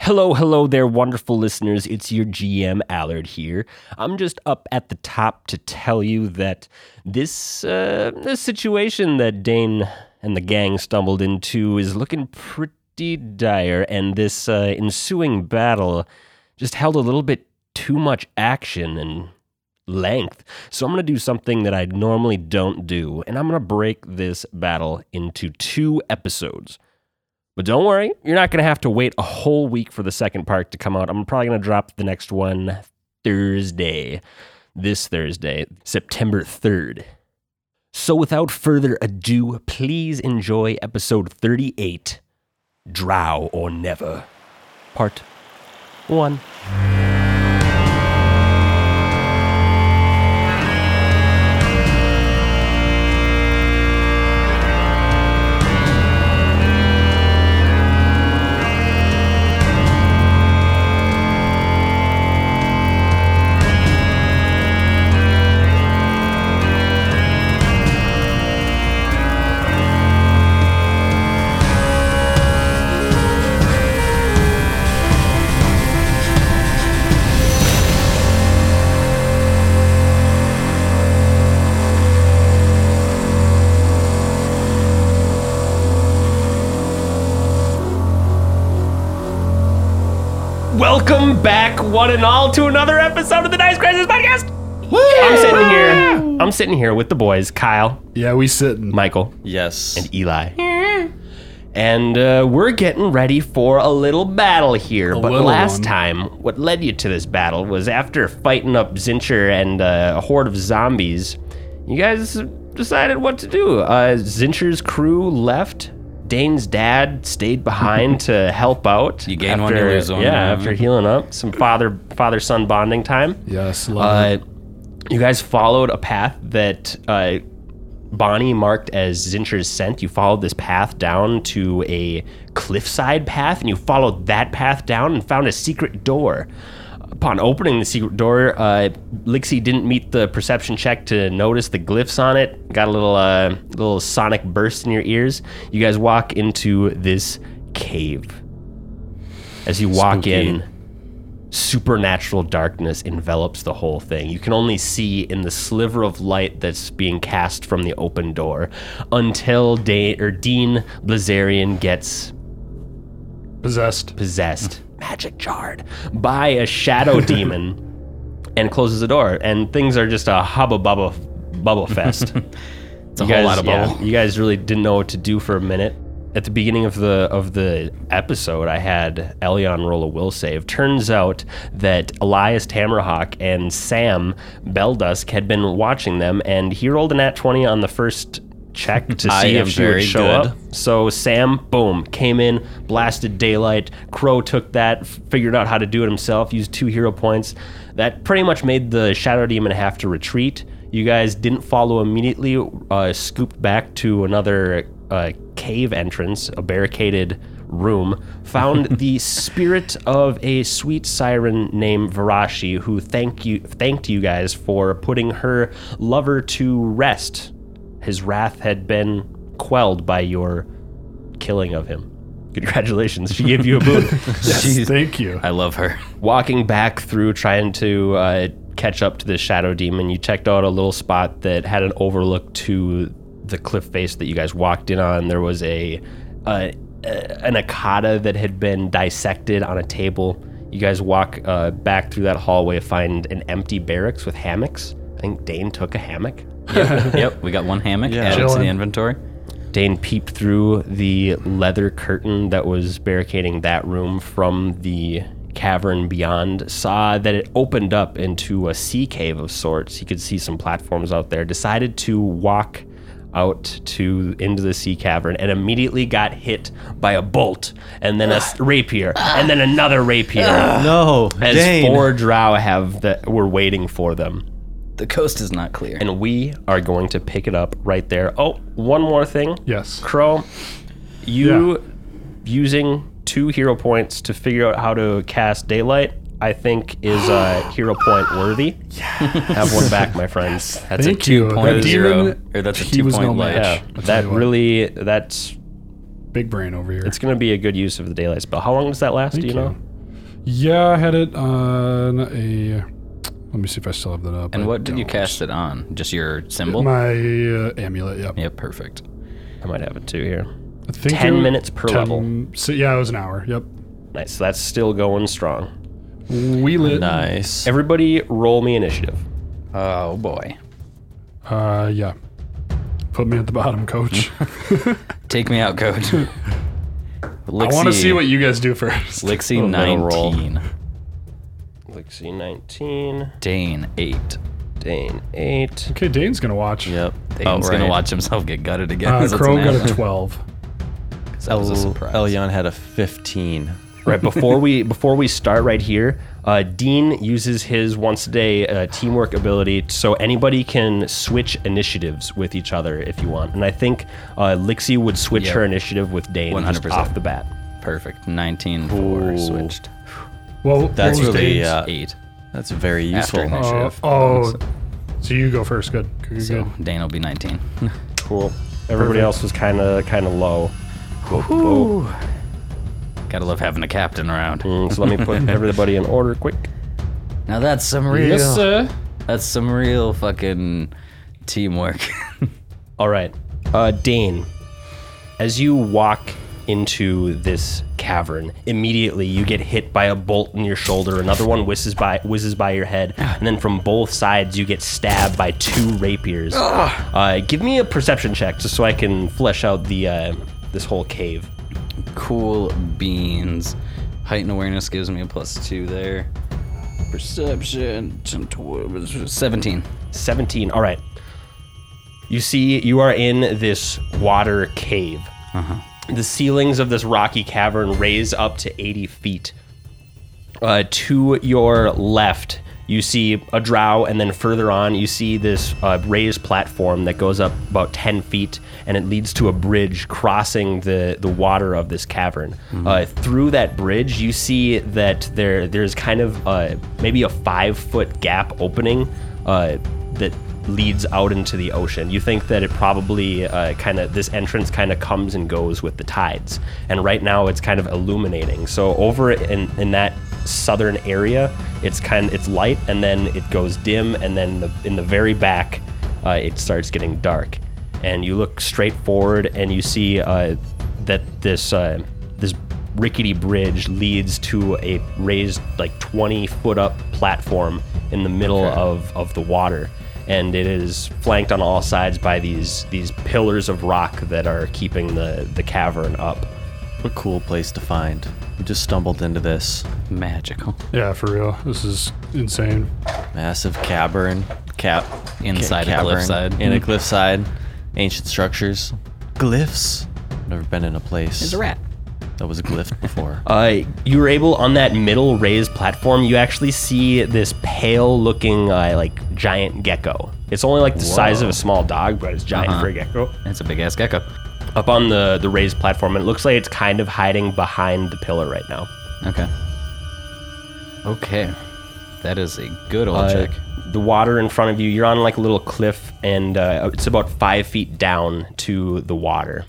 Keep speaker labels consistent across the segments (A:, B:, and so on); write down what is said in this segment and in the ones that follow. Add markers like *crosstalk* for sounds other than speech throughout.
A: Hello, hello there, wonderful listeners. It's your GM Allard here. I'm just up at the top to tell you that this uh, this situation that Dane and the gang stumbled into is looking pretty dire, and this uh, ensuing battle just held a little bit too much action and length. So I'm going to do something that I normally don't do, and I'm going to break this battle into two episodes. But don't worry, you're not going to have to wait a whole week for the second part to come out. I'm probably going to drop the next one Thursday, this Thursday, September 3rd. So without further ado, please enjoy episode 38 Drow or Never, part one. Welcome back, one and all, to another episode of the Dice Crisis Podcast. I'm sitting here. I'm sitting here with the boys, Kyle,
B: Yeah, we sitting.
A: Michael,
C: Mm. Yes.
A: and Eli. And uh, we're getting ready for a little battle here. but
B: little
A: last
B: one.
A: time, what led you to this battle was after fighting up Zincher and uh, a horde of zombies, you guys decided what to do. Uh, Zincher's crew left. Dane's dad stayed
B: *laughs*
A: behind to help out.
C: You gain one, you lose one,
A: Yeah,
C: yeah.
A: after healing up, some father father son bonding time.
B: Yes, love
A: Uh, you guys followed a path that uh, Bonnie marked as Zincher's scent. You followed this path down to a cliffside path, and you followed that path down and found a secret door. Upon opening the secret door, uh, Lixie didn't meet the perception check to notice the glyphs on it. Got a little, uh, little sonic burst in your ears. You guys walk into this cave. As you walk
C: Spooky.
A: in, supernatural darkness envelops the whole thing. You can only see in the sliver of light that's being cast from the open door until Da or Dean Blazarian gets
B: it. Possessed.
A: *laughs* possessed, magic jarred by a shadow demon and closes the door. And things are just a hubba bubba bubble fest.
C: It's a
A: You
C: whole
A: guys-
C: lot of
A: yeah,
C: bubble.
A: you guys really didn't know what to do for a minute. At the beginning of the of the episode, I had Elion roll a will save. Turns out that Elias Tamerhawk and Sam Beldusk had been watching them, and he rolled an at twenty on the first
C: *laughs*
A: check to
C: I
A: see
C: am
A: if she would
C: very
A: show
C: good.
A: up. So Sam, boom, came in, blasted daylight. Crow took that, f- figured out how to do it himself, used two hero points. That pretty much made the Shadow Demon have to retreat. You guys didn't follow immediately, uh, scooped back to another uh, cave entrance, a barricaded room,
C: *laughs*
A: found the spirit of a sweet siren named Varashi, who thank you thanked you guys for putting her lover to rest. His wrath had been quelled by your killing of him. Congratulations, she gave you a boot.
C: Jeez.
B: Thank you.
C: *laughs* I love her.
A: Walking back through, trying to uh, catch up to the shadow demon, you checked out a little spot that had an overlook to the cliff face that you guys walked in on. There was a uh, uh, an akata that had been dissected on a table. You guys walk uh, back through that hallway, find an empty barracks with hammocks. I think Dane took a hammock.
C: yep, we got one hammock added to
B: Chilling.
C: the inventory.
A: Dane peeped through the leather curtain that was barricading that room from the cavern beyond, saw that it opened up into a sea cave of sorts. He could see some platforms out there, decided to walk out to into the sea cavern and immediately got hit by a bolt and then a
D: *sighs*
A: s- rapier and then another rapier
D: No,
A: as
D: Dane.
A: four drow have that were waiting for them
C: The coast is not clear.
A: and we are going to pick it up right there oh one more thing
B: Yes.
A: Crow, you using two hero points to figure out how to cast daylight, I think is
B: *gasps*
A: uh, hero point worthy. Have one back, my friends.
B: *laughs*
C: that's
B: Thank
C: a
B: you.
C: two
B: That
C: point zero,
B: demon,
C: or that's a
B: he
C: two
B: was no
C: point light.
B: match.
A: Yeah,
B: I'll tell
A: that
B: you what.
A: really that's
B: Big brain over here.
A: it's gonna be a good use of the daylight spell. How long does that last? do you know?
B: Yeah, I had it on a. Let me see if I still have that up. I
C: And what did you
B: don't.
C: cast it on? Just your symbol?
B: My uh, amulet. Yeah.
C: yep, perfect.
A: I might have it too here.
B: I think
A: 10
B: it-
A: minutes per level.
B: So yeah, it was an hour. Yep.
A: Nice. So that's still going strong.
B: Wheel it.
C: uh,
D: Nice.
A: Everybody, roll me initiative.
C: Oh boy.
B: Uh, yeah. Put me at the bottom, *laughs* coach.
C: Take me out, coach. I
B: I want to see what you guys do first. *laughs*
C: Lixie
D: middle roll.
C: 19.
A: Lixie 19,
C: Dane 8.
A: Dane 8.
B: Okay, Dane's gonna watch.
D: Yep.
C: Dane's
D: Outright.
C: gonna watch himself get gutted again.
B: Uh,
C: That's
B: Crow
C: an
B: got
C: ass.
B: a twelve.
C: That was a
D: El-
C: surprise.
D: Elyon had a 15.
A: right before we before we start right here uh, dean uses his once a day uh, teamwork ability so anybody can switch initiatives with each other if you want and i think uh, lixie would switch
C: Yep.
A: her initiative with dane 100%
C: 100%.
A: off the bat
C: Perfect. 19 4 switched.
B: Well,
D: That's
B: what was
D: really
B: Dane's?
D: uh,
C: 8.
D: that's very
C: After
D: useful.
C: initiative.
B: Uh, oh, so you go first. Good. You're
C: So
B: good.
C: Dane will be 19.
A: cool everybody else was kind of kind of low Whoa.
C: *laughs* Gotta love having a captain around.
A: Mm, so let me *laughs* put everybody in order quick
C: Now that's some real.
B: sir.
C: That's some real fucking teamwork. *laughs*
A: All right. Uh, Dane, as you walk into this cavern, immediately you get hit by a bolt in your shoulder. Another one whizzes by, whizzes by your head. And then from both sides, you get stabbed by two rapiers. Uh, give me a perception check just so I can flesh out the uh, this whole cave.
C: cool beans. Height and awareness gives me a plus two there. Perception. 17.
A: 17. All right. You see, you are in this water cave. The ceilings of this rocky cavern raise up to 80 feet. Uh, to your left, you see a drow, and then further on, you see this uh, raised platform that goes up about 10 feet, and it leads to a bridge crossing the, the water of this cavern. Uh, through that bridge, you see that there there's kind of uh, maybe a five foot gap opening uh, that leads out into the ocean. You think that it probably uh, kind of this entrance kind of comes and goes with the tides, and right now it's kind of illuminating. So over in in that southern area, it's kind it's light, and then it goes dim, and then the, in the very back, uh, it starts getting dark. And you look straight forward, and you see uh, that this uh, this rickety bridge leads to a raised like 20 foot up platform in the middle of, of the water and it is flanked on all sides by these these pillars of rock that are keeping the the cavern up
D: What a cool place to find. We just stumbled into this
C: Magical.
B: Yeah, for real. This is insane.
D: massive cavern. Cap.
C: Inside a cliffside.
D: In a cliffside. Ancient structures. Glyphs. Never been in a place.
C: It's a rat.
D: That was
C: *laughs*
D: a glyph before.
A: uh, you were able on that middle raised platform you actually see this pale looking uh, like giant gecko it's only like the size of a small dog but it's giant for a gecko
C: That's a big ass gecko.
A: up on the the raised platform and it looks like it's kind of hiding behind the pillar right now
C: Okay. Okay. That is a good old
A: Uh,
C: check.
A: The water in front of you, you're on like a little cliff, and uh, it's about five feet down to the water.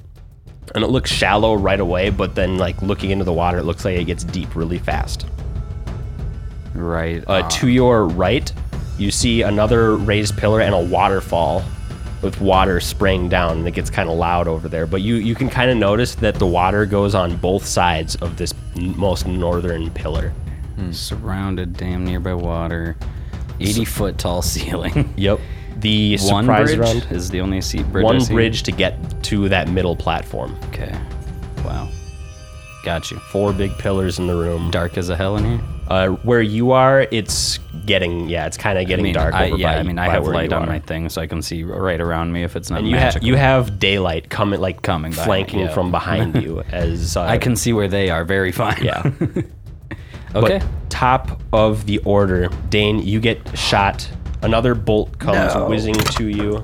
A: And it looks shallow right away, but then like looking into the water, it looks like it gets deep really fast.
C: Right.
A: Uh,
C: on.
A: To your right, you see another raised pillar and a waterfall with water spraying down, and it gets kind of loud over there. But you, you can kind of notice that the water goes on both sides of this n- most northern pillar.
C: Surrounded damn near by water. 80 foot tall *laughs* ceiling.
A: Yep. The
C: One
A: surprise
C: bridge
A: round.
C: is the only seat bridge. I
A: one
C: see.
A: bridge to get to that middle platform.
C: Okay. Wow. Got you.
A: Four big pillars in the room.
C: Dark as a hell in here.
A: Uh, where you are, it's getting yeah, it's kind of getting
C: I mean,
A: dark.
C: I,
A: over
C: yeah,
A: by,
C: I mean, I
A: by
C: have
A: where
C: light
A: you
C: on
A: are.
C: my thing, so I can see right around me if it's not
A: And you have
C: magical.
A: you have daylight coming like
C: Coming by,
A: flanking
C: yeah.
A: from behind
C: *laughs*
A: you as uh,
C: I can see where they are. Very fine.
A: yeah.
C: *laughs*
A: But
C: okay.
A: top of the order, Dane, you get shot. Another bolt comes
C: No.
A: whizzing to you.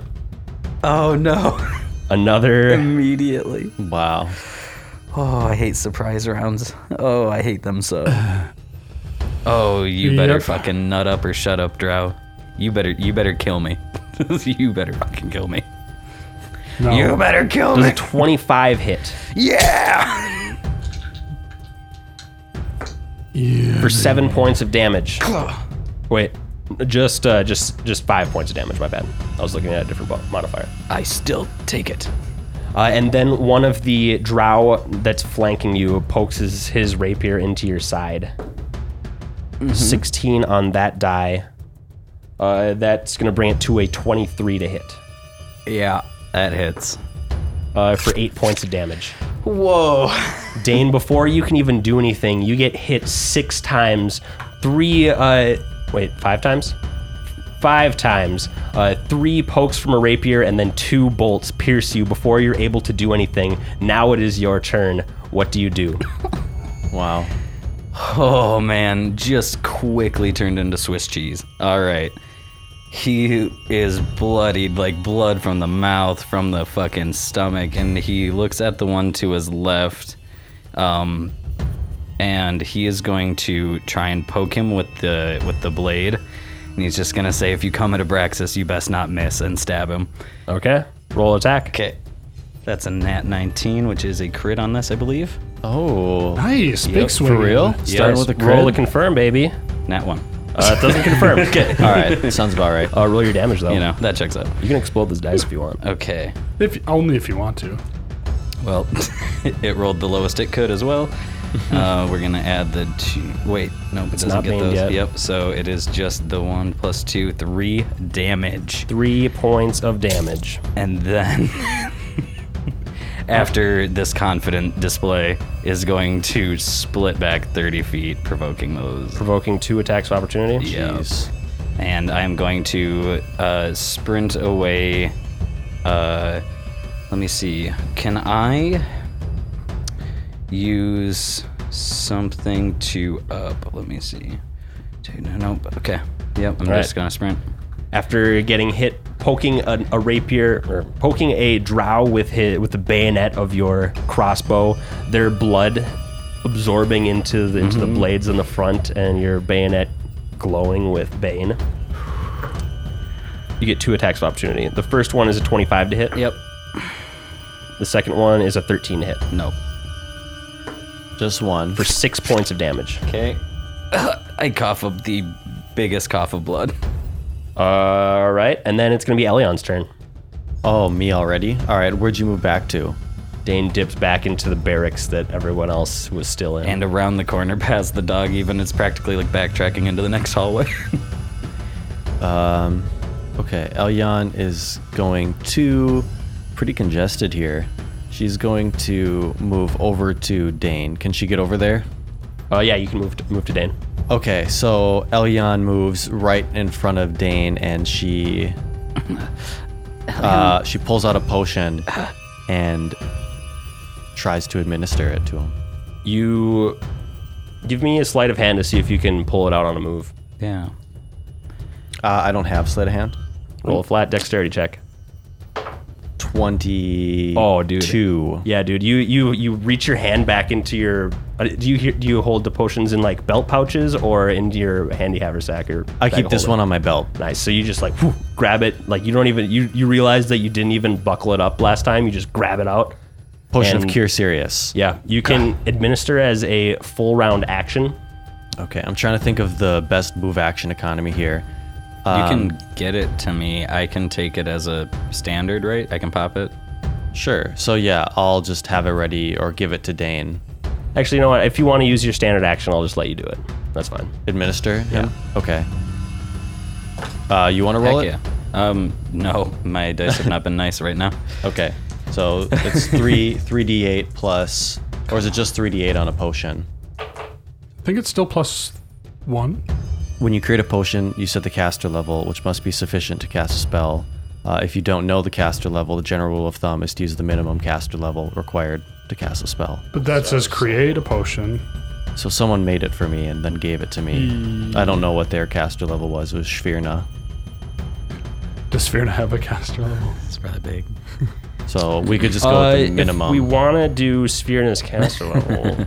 C: oh no! *laughs*
A: Another
C: Immediately.
D: wow.
C: Oh, I hate surprise rounds. Oh, I hate them so. *sighs* oh, you better
B: Yep.
C: fucking nut up or shut up, Drow. You better, you better kill me. *laughs* you better fucking kill me. Oh.
B: No.
C: You better kill
A: does
C: me.
A: a twenty-five hit.
C: yeah.
A: for seven points of damage. Wait, just uh, just just five points of damage. My bad. I was looking at a different bo- modifier.
C: *laughs* I still take it.
A: Uh, and then one of the drow that's flanking you pokes his, his rapier into your side. 16 on that die. Uh, that's going to bring it to a 23 to hit
C: Yeah, that hits.
A: uh, for eight points of damage.
C: Whoa.
A: Dane, before you can even do anything, you get hit six times, three, uh, wait, five times? Five times. Uh, three pokes from a rapier and then two bolts pierce you before you're able to do anything. Now it is your turn. What do you do?
D: Wow.
C: Oh man, just quickly turned into Swiss cheese. All right. He is bloodied, like blood from the mouth, from the fucking stomach, and he looks at the one to his left. Um and he is going to try and poke him with the with the blade. And he's just gonna say, if you come at Abraxas, you best not miss and stab him.
A: Okay, roll attack.
C: Okay. That's a Nat 19, which is a crit on this, I believe.
D: Oh.
B: Nice. Big
D: Yep,
B: swing.
D: For real?
A: Yes,
D: Starting with a
A: Roll to
D: crit?
A: confirm, baby.
C: Nat one.
A: Uh, it doesn't confirm. okay.
D: All right. Sounds about right.
A: Uh, roll your damage though.
C: *laughs* You know, Uh, that checks out.
A: you can explode this dice if you want.
C: Okay.
B: If only if you want to.
C: Well, *laughs* it rolled the lowest it could as *laughs* well. uh, we're gonna add the two. Wait, nope, it doesn't
A: not
C: get
A: named
C: those.
A: yet.
C: Yep. So it is just the one plus two, three damage,
A: Three points of damage.
C: and *laughs* then after this confident display is going to split back 30 feet, provoking those.
A: Provoking two attacks of opportunity.
C: Yep.
D: Jeez.
C: And I am going to uh, sprint away. Uh, let me see. Can I use something to up? Let me see. No, nope. Okay. Yep. I'm
A: All
C: just
A: right.
C: gonna sprint.
A: After getting hit, poking a, a rapier or poking a drow with his, with the bayonet of your crossbow, their blood absorbing into the, into the
C: Mm-hmm.
A: blades in the front, and your bayonet glowing with bane. You get two attacks of opportunity. The first one is a 25 to hit.
C: Yep.
A: The second one is a 13 to hit
C: Nope.
D: Just one.
A: for six points of damage.
C: Okay. *laughs* I cough up the biggest cough of blood.
A: All right, and then it's gonna be Elion's turn.
D: Oh, me already? All right. Where'd you move back to?
A: Dane dips back into the barracks that everyone else was still in.
C: And around the corner *laughs* past the dog, even it's practically like backtracking into the next hallway. *laughs*
D: Um, okay, Elyon is going to pretty congested here. She's going to move over to Dane. Can she get over there?
A: uh, yeah, you can move to, move to Dane.
D: Okay, so Elyon moves right in front of Dane, and
A: *laughs*
D: she uh, she pulls out a potion and tries to administer it to him.
A: You give me a sleight of hand to see if you can pull it out on a move.
C: yeah.
D: Uh, I don't have sleight of hand.
A: Roll a flat dexterity check.
D: Twenty.
A: Oh, dude.
D: Two.
A: Yeah, dude, you you you reach your hand back into your. uh, Do you hear- do you hold the potions in like belt pouches or into your handy haversack or?
D: I
A: bag
D: keep
A: of
D: this
A: holding?
D: one on my belt.
A: Nice. So you just like whew, grab it. Like you don't even you you realize that you didn't even buckle it up last time. You just grab it out.
D: Potion
A: And-
D: of Cure Serious.
A: Yeah, you
D: *sighs*
A: can administer as a full round action.
D: Okay, I'm trying to think of the best move action economy here.
C: You
D: Um,
C: can get it to me. I can take it as a standard, right? I can pop it.
D: Sure. So yeah, I'll just have it ready or give it to Dane.
A: Actually, you know what? If you want to use your standard action, I'll just let you do it. That's fine.
D: Administer. Him? Okay. Uh, you want to roll
C: Heck
D: it?
C: yeah. Um, no, *laughs* my dice have not been nice right now.
D: Okay. So it's three *laughs* three d eight plus, or is it just three d eight on a potion?
B: I think it's still plus one.
D: When you create a potion, you set the caster level, which must be sufficient to cast a spell. Uh, if you don't know the caster level, the general rule of thumb is to use the minimum caster level required to cast a spell.
B: But that says create a potion.
D: So someone made it for me and then gave it to me. I don't know what their caster level was. It was Shvirna.
B: Does Sphere have a caster level?
C: *laughs* It's probably big.
D: So Uh, we could just go with the minimum.
A: Uh, we want to do Sphere in his caster
D: *laughs*
A: level.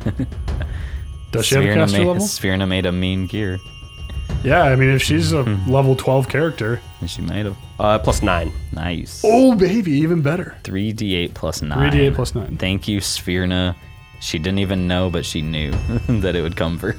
B: Does she have a caster level?
C: Spherna made a mean gear.
B: Yeah, I mean, if she's a
D: Hmm.
B: level 12 character.
C: She might have.
A: uh, plus nine.
C: Nice.
B: Oh, baby, even better.
C: 3d8 plus 9.
B: 3d8 plus 9.
C: *laughs* Thank you, Spherna. She didn't even know, but she knew that it would come for.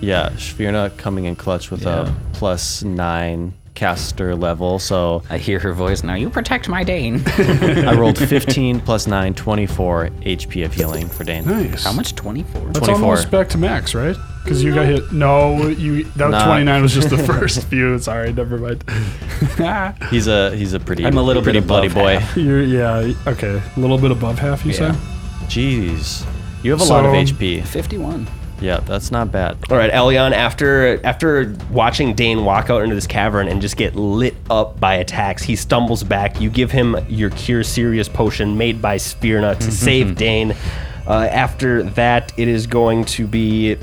D: Yeah, Shvirna coming in clutch with
C: Yeah.
D: a plus nine caster level. So
C: *laughs* I hear her voice now. You protect my
B: *laughs*
C: Dane.
D: I rolled 15 plus 9, 24 HP of healing for Dane.
B: Nice.
C: How much? Twenty-four.
B: That's
D: 24.
B: almost back to max, right? Because you got hit. No, you. That
D: Nah.
B: 29 was just
C: *laughs*
B: the first few. Sorry, never mind. *laughs*
D: He's a he's a pretty
C: I'm a little
D: pretty
C: bit
D: bloody
C: above
D: boy.
C: half.
B: You're yeah. Okay, a little bit above half. You
C: Yeah.
B: say?
D: Jeez, you have a lot of
B: So-
D: HP.
C: Fifty-one.
D: Yeah, that's not bad.
A: All right, Elion. After after watching Dane walk out into this cavern and just get lit up by attacks, he stumbles back. You give him your Cure Serious potion made by Spearnut
D: Mm-hmm.
A: to save Dane. Uh, after that, it is going to be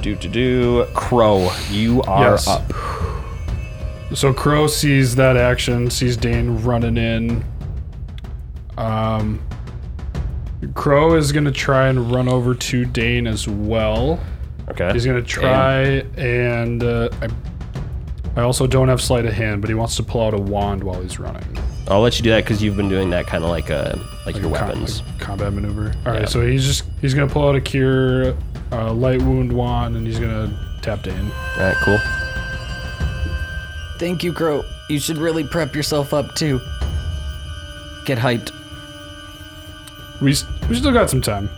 A: do to do Crow. You are
B: Yes.
A: up.
B: So Crow sees that action, sees Dane running in. Um, Crow is gonna try and run over to Dane as well.
A: Okay.
B: He's gonna try and uh, I, I also don't have sleight of hand, but he wants to pull out a wand while he's running.
A: I'll let you do that because you've been doing that kind of like uh like, your
B: Com-
A: weapons.
B: like combat maneuver. All right, so he's just he's gonna pull out a cure, uh, light wound wand, and he's gonna tap Dane.
A: All right, cool.
C: Thank you, Crow. You should really prep yourself up too. Get hyped.
B: We s- we still got some time.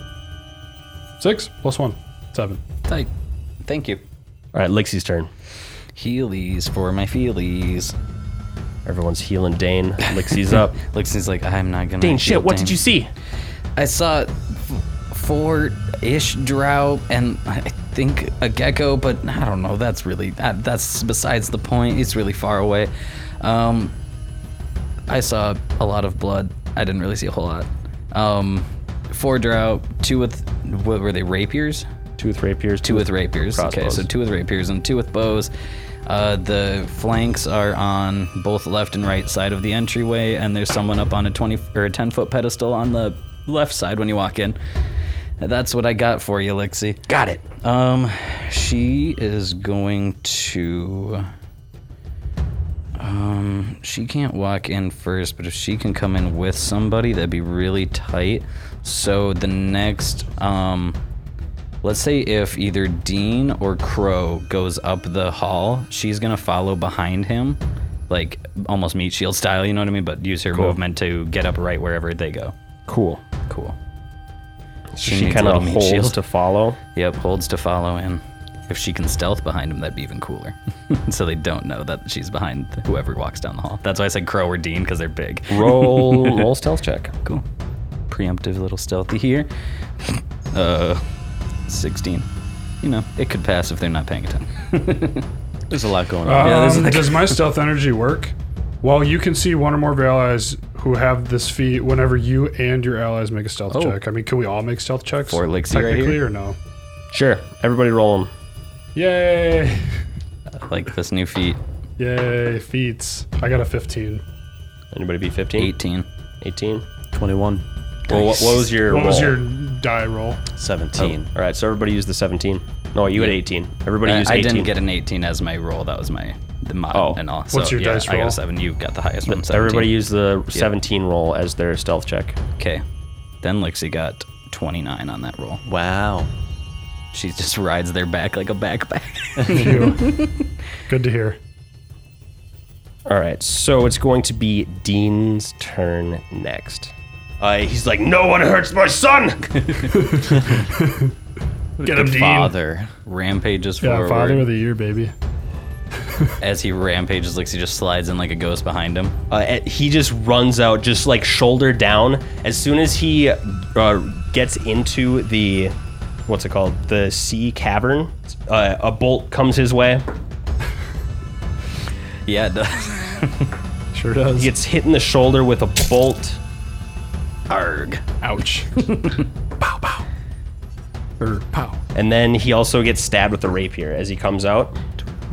B: Six plus one, seven.
C: Thank, thank you.
A: All right, Lixie's turn.
C: Heelys for my feelies.
A: Everyone's healing Dane. Lixie's up.
C: Lixie's like, I'm not
A: *laughs*
C: gonna.
A: Dane, shit!
C: heal
A: What
C: Dane."
A: did you see?
C: I saw f- four ish drow and I think a gecko, but I don't know. That's really that, that's besides the point. It's really far away. Um, I saw a lot of blood. I didn't really see a whole lot. Um, four drow, two with what were they rapiers?
A: Two with rapiers.
C: Two with rapiers. Okay,
A: crossbows.
C: so two with rapiers and two with bows. Uh, the flanks are on both left and right side of the entryway, and there's someone up on a 20 or a 10 foot pedestal on the left side when you walk in. That's what I got for you, Lixie.
A: Got it.
C: Um, she is going to. Um, she can't walk in first, but if she can come in with somebody, that'd be really tight. So the next, um, let's say if either Dean or Crow goes up the hall, she's gonna follow behind him, like almost meat shield style. You know what I mean? But use her movement to get up right wherever they go.
A: *laughs* Cool.
C: Cool.
A: So
C: She
A: she
C: needs
A: kind
C: a
A: of
C: little meat
A: holds
C: shield.
A: to follow.
C: Yep, holds to follow in. If she can stealth behind him, that'd be even cooler. *laughs* so they don't know that she's behind whoever walks down the hall. That's why I said Crow or Dean, because they're big.
A: Roll roll stealth check.
C: Cool. Preemptive little stealthy here. Uh, 16. You know, it could pass if they're not paying attention.
D: There's a lot going on.
B: Um,
C: Yeah, this is like- *laughs*
B: does my stealth energy work? While you can see one or more of your allies who have this feat whenever you and your allies make a stealth
C: Oh.
B: check. I mean, can we all make stealth checks?
C: For Lixie right
B: technically
C: here?
B: or no?
A: Sure. Everybody roll them.
B: Yay!
C: like this new feat,
B: Yay, feats. I got a 15.
A: Anybody be 15?
C: 18.
A: 18?
D: 21,
A: Well, what, what was your
B: What was
A: roll?
B: your die roll?
D: 17.
B: Oh.
A: All right, so everybody used the 17. No, you had 18. Everybody
C: I,
A: used
C: I
A: 18.
C: didn't get an 18 as my roll. That was my the mod
A: Oh.
C: and all. So,
B: What's your
C: yeah,
B: dice
C: I got
B: roll?
C: a 7. You got the highest one. 17.
A: Everybody used the 17 roll as their stealth check.
C: Okay. Then Lixie got 29 on that roll.
D: Wow.
C: She just *laughs* rides their back like a backpack.
B: Phew. Good to hear.
A: All right, so it's going to be Dean's turn next. Uh, he's like, no one hurts my son.
B: *laughs* Get him, Dean.
D: Father.
C: rampages
B: Yeah,
C: forward.
B: father of the year, baby.
C: As he rampages, Lixie just slides in like a ghost behind him.
A: Uh, and he just runs out, just like shoulder down. As soon as he uh, gets into the, what's it called, the sea cavern, uh, a bolt comes his way.
C: Yeah, it does. *laughs*
B: Sure does.
A: He gets hit in the shoulder with a bolt.
C: Arg.
B: Ouch. pow, pow. Or pow.
A: And then he also gets stabbed with a rapier as he comes out.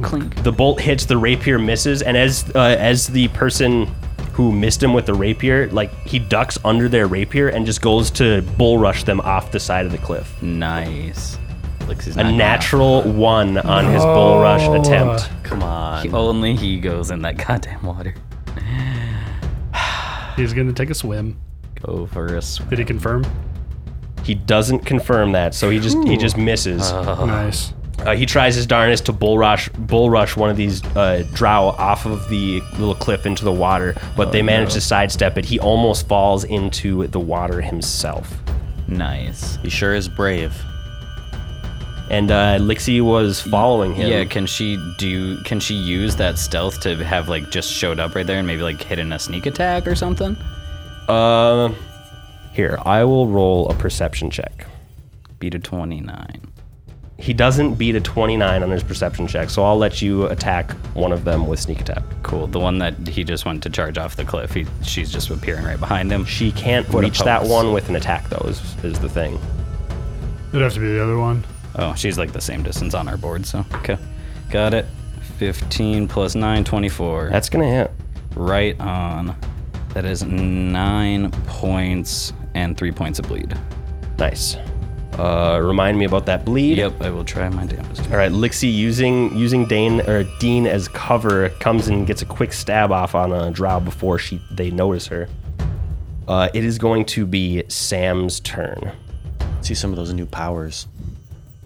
C: Clink.
A: The bolt hits, the rapier misses, and as uh, as the person who missed him with the rapier, like he ducks under their rapier and just goes to bull rush them off the side of the cliff.
C: Nice. Lixie's
A: A
C: not
A: natural one on his bull rush
B: No.
A: attempt.
D: Come on.
C: gonna- Only he goes in that goddamn water.
B: He's going to take a swim.
C: Go for a swim.
B: Did he confirm?
C: Uh-huh.
A: He doesn't confirm that, so he just he just misses.
B: Nice.
A: Uh, he tries his darnest to bull rush, bull rush one of these uh, drow off of the little cliff into the water, but
C: Oh,
A: they manage to sidestep it. He almost falls into the water himself.
C: Nice.
D: He sure is brave.
A: And uh, Lixie was following him.
C: Yeah, can she do? Can she use that stealth to have like just showed up right there and maybe like hidden a sneak attack or something?
A: Uh, here, I will roll a perception check.
C: Beat a twenty-nine.
A: He doesn't beat a 29 on his perception check, so I'll let you attack one of them with sneak attack.
C: Cool. The one that he just went to charge off the cliff. He, she's just appearing right behind him.
A: She can't
C: What a
A: reach that
C: pose.
A: one with an attack, though, is, is the thing.
B: It'd have to be the other one.
C: Oh, she's like the same distance on our board, so. Okay. Got it. 15 plus 9, 24.
A: That's going to hit.
C: right on. That is 9 points and 3 points of bleed.
A: Nice. Uh, remind me about that bleed.
C: Yep, I will try my damnedest.
A: All right, Lixie using using Dane or Dean as cover comes and gets a quick stab off on a drow before she they notice her. Uh, it is going to be Sam's turn.
D: See some of those new powers.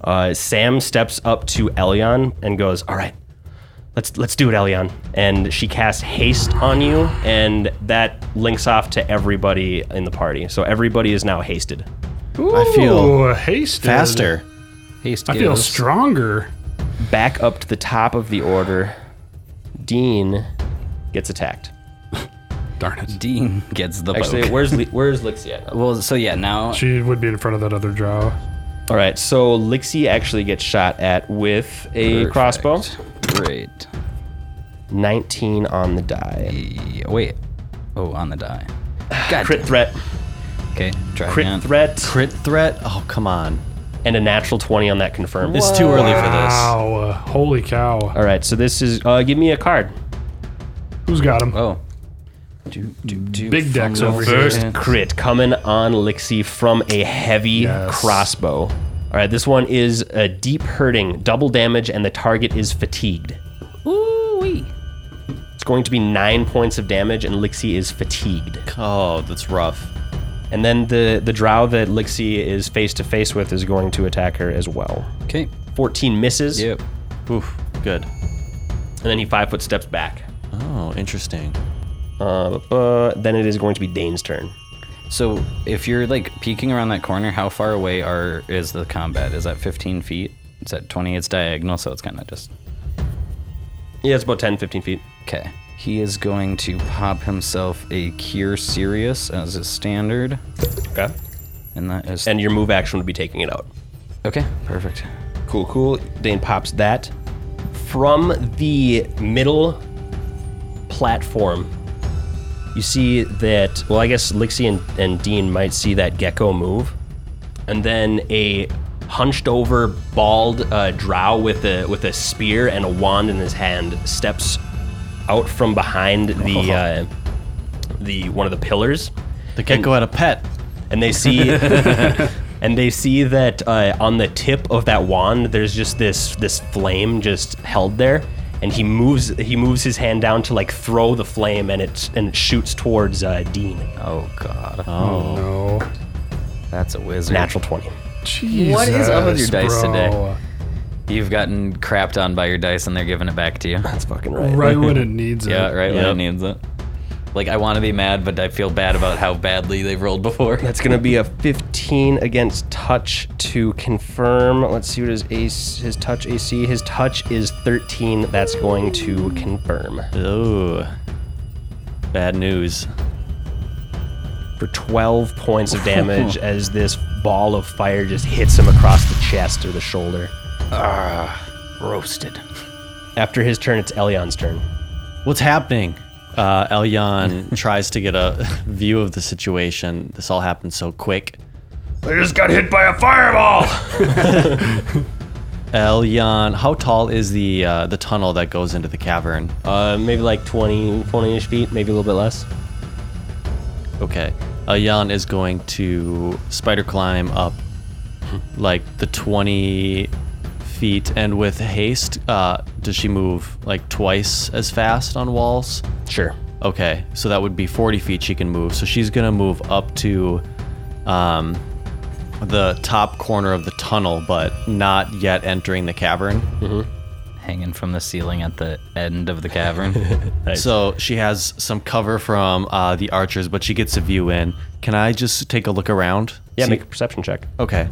A: Uh, Sam steps up to Elion and goes, "All right, let's let's do it, Elion." And she casts haste on you, and that links off to everybody in the party. So everybody is now hasted.
D: I feel
B: Ooh, hasted.
D: faster.
C: Haste
B: I feel
C: gives.
B: stronger.
A: Back up to the top of the order, Dean gets attacked.
B: Darn it.
C: Dean gets the
A: Actually,
C: poke.
A: where's Li- where's Lixie at?
C: Well, so yeah, now
B: She would be in front of that other drow.
A: All right, so Lixie actually gets shot at with a
C: Perfect.
A: crossbow.
C: Great.
A: 19 on the die.
C: Yeah, wait. Oh, on the
A: *sighs*
C: die. God.
A: Crit threat,
C: Okay, try
A: crit
C: again.
A: threat,
D: Crit threat? Oh, come on.
A: and a natural 20 on that confirmed.
D: It's too early for this.
B: Wow. uh, Holy cow.
A: All right, so this is uh, give me a card.
B: Who's got him?
C: Oh. Do, do, do,
B: Big decks
C: fumble
B: over here.
C: first.
B: First
A: Crit coming on Lixie from a heavy
B: Yes.
A: crossbow. All right, this one is a deep hurting, double damage, and the target is fatigued.
C: Ooh-wee.
A: It's going to be nine points of damage, and Lixie is fatigued.
D: Oh, that's rough.
A: And then the the drow that Lixie is face to face with is going to attack her as well.
C: Okay.
A: 14 misses.
C: Yep.
D: Oof, good.
A: And then he five foot steps back.
D: Oh, interesting.
A: Uh, uh, then it is going to be Dane's turn.
C: So if you're like peeking around that corner, how far away are is the combat? Is that 15 feet? It's at 20. It's diagonal, so it's kind of just
A: Yeah, it's about 10, 15 feet.
C: okay. He is going to pop himself a cure serious as his standard,
A: Okay.
C: and that is
A: And your move action would be taking it out.
C: okay. Perfect.
A: Cool, cool. Dane pops that. From the middle platform, you see that, well, I guess Lixie and, and Dean might see that gecko move. And then a hunched over, bald uh, drow with a, with a spear and a wand in his hand steps out from behind
D: *laughs*
A: the, uh, the one of the pillars
D: The gecko had a pet.
A: and they *laughs* see and they see that uh, on the tip of that wand there's just this this flame just held there and he moves he moves his hand down to like throw the flame and it and it shoots towards uh, Dean
C: Oh God,
D: Oh,
B: No.
C: that's a wizard.
A: natural 20
B: Jesus,
C: What is up with your dice
B: bro.
C: today? You've gotten crapped on by your dice, and they're giving it back to you.
A: that's fucking right
B: Right when it needs it.
C: Yeah, right. when
A: Yep.
C: it needs it. Like I want to be mad, but I feel bad about how badly they've rolled before.
A: that's gonna be a 15 against touch to confirm let's see what his ace his touch AC his touch is 13 that's going to confirm
D: Ooh. Bad news.
A: for 12 points of damage as this ball of fire just hits him across the chest or the shoulder.
C: Roasted.
A: After his turn, it's Elion's turn.
D: What's happening? Uh, Elyon tries to get a *laughs* view of the situation. This all happened so quick.
B: I just got hit by a fireball.
D: Elyon, how tall is the uh, the tunnel that goes into the cavern?
A: Uh, maybe like 20, 20-ish feet, maybe a little bit less.
D: Okay. Elyon is going to spider climb up like the 20 feet, and with haste, uh, does she move like twice as fast on walls?
A: Sure.
D: Okay, so that would be 40 feet she can move. So she's gonna move up to, um, the top corner of the tunnel, but not yet entering the cavern.
C: hanging from the ceiling at the end of the *laughs* cavern.
D: So she has some cover from uh, the archers, but she gets a view in. Can I just take a look around?
A: Yeah,
D: See-
A: make a perception check.
D: Okay.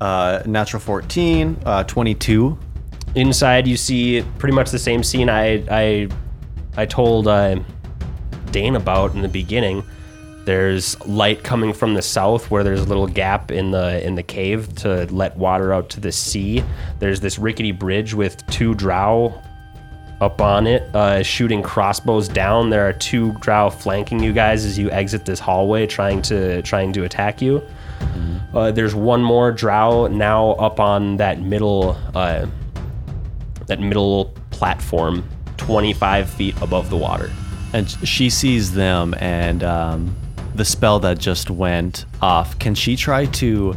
D: Uh, natural 14, uh, 22.
A: Inside, you see pretty much the same scene I I I told uh, Dane about in the beginning. There's light coming from the south, where there's a little gap in the in the cave to let water out to the sea. There's this rickety bridge with two drow up on it, uh, shooting crossbows down. There are two drow flanking you guys as you exit this hallway, trying to trying to attack you. Uh, there's one more drow now up on that middle uh, that middle platform, 25 feet above the water.
D: And she sees them and um, the spell that just went off. Can she try to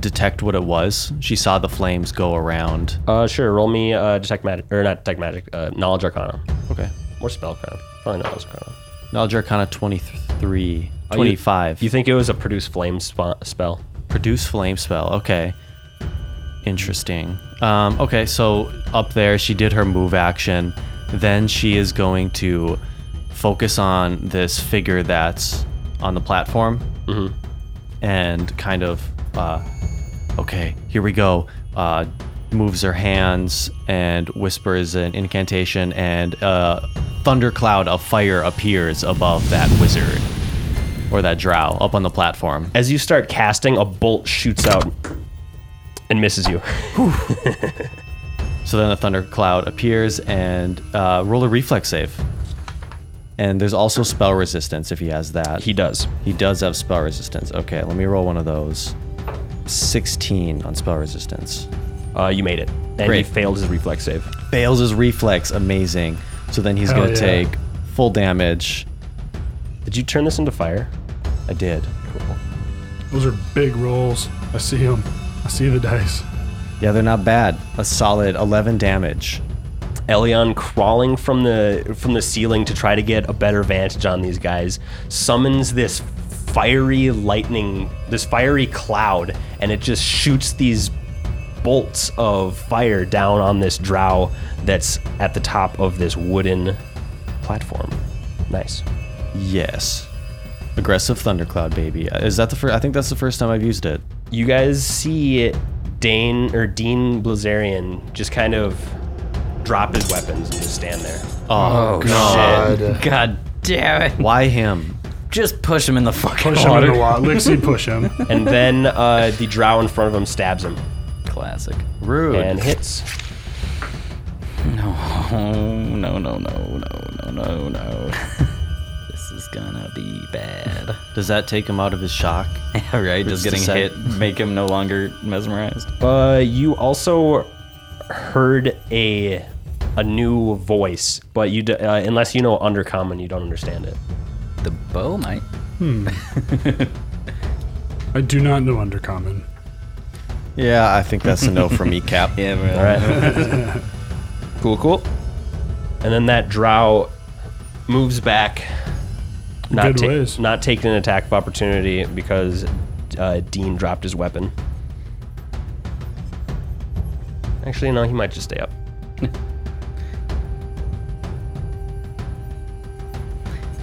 D: detect what it was? She saw the flames go around.
A: Uh, sure. Roll me uh, detect magic, or not detect magic, uh, knowledge arcana,
D: Okay.
A: or spell arcana. Probably knowledge arcana.
D: Knowledge Arcana 23,
A: Oh, you-
D: 25.
A: You, think it was a produce flame sp- spell?
D: Produce flame spell. Okay. Interesting. Um, okay, so up there, she did her move action. Then she is going to focus on this figure that's on the platform and kind of, uh, okay, here we go. Uh, moves her hands and whispers an incantation, and a thundercloud of fire appears above that wizard or that drow up on the platform.
A: As you start casting, a bolt shoots out and misses you. *laughs*
D: So then the thundercloud appears and uh, roll a reflex save. And there's also spell resistance if he has that.
A: he does.
D: he does have spell resistance. Okay, let me roll one of those. 16 on spell resistance.
A: Uh, you made it, and he
D: Great.
A: failed his reflex save.
D: Fails his reflex, amazing. So then he's
B: Hell
D: gonna
B: yeah.
D: take full damage.
A: Did you turn this into fire?
D: I did.
B: Those are big rolls. I see them. I see the dice.
D: Yeah, they're not bad. A solid 11 damage.
A: Elion crawling from the from the ceiling to try to get a better vantage on these guys summons this fiery lightning this fiery cloud and it just shoots these bolts of fire down on this drow that's at the top of this wooden platform. Nice.
D: Yes. Aggressive thundercloud, baby. Is that the first? I think that's the first time I've used it.
A: you guys see Dane or Dean Blazarian just kind of drop his weapons and just stand there.
D: Oh,
C: Shit. God damn it.
D: Why him?
C: Just push him in the fucking
B: Push him
C: water.
B: in the water. *laughs* Lixie, push him.
A: And then uh, the drow in front of him stabs him
C: Classic.
D: Rude.
A: and hits.
C: No, no, no, no, no, no, no, no. *laughs* this is gonna be bad. *laughs*
D: Does that take him out of his shock?
C: All right, does
D: Just
C: getting
D: decide-
C: hit make him no longer mesmerized?
A: Uh, you also heard a a new voice, but you d- uh, unless you know undercommon, you don't understand it.
C: The bow might.
B: I do not know Undercommon.
D: Yeah, I think that's a no for me, *laughs* Cap.
C: Yeah,
A: All right. cool, cool. And then that drow moves back, not
B: Good ways.
A: not taking an attack of opportunity because uh, Dean dropped his weapon. Actually, no, he might just stay up.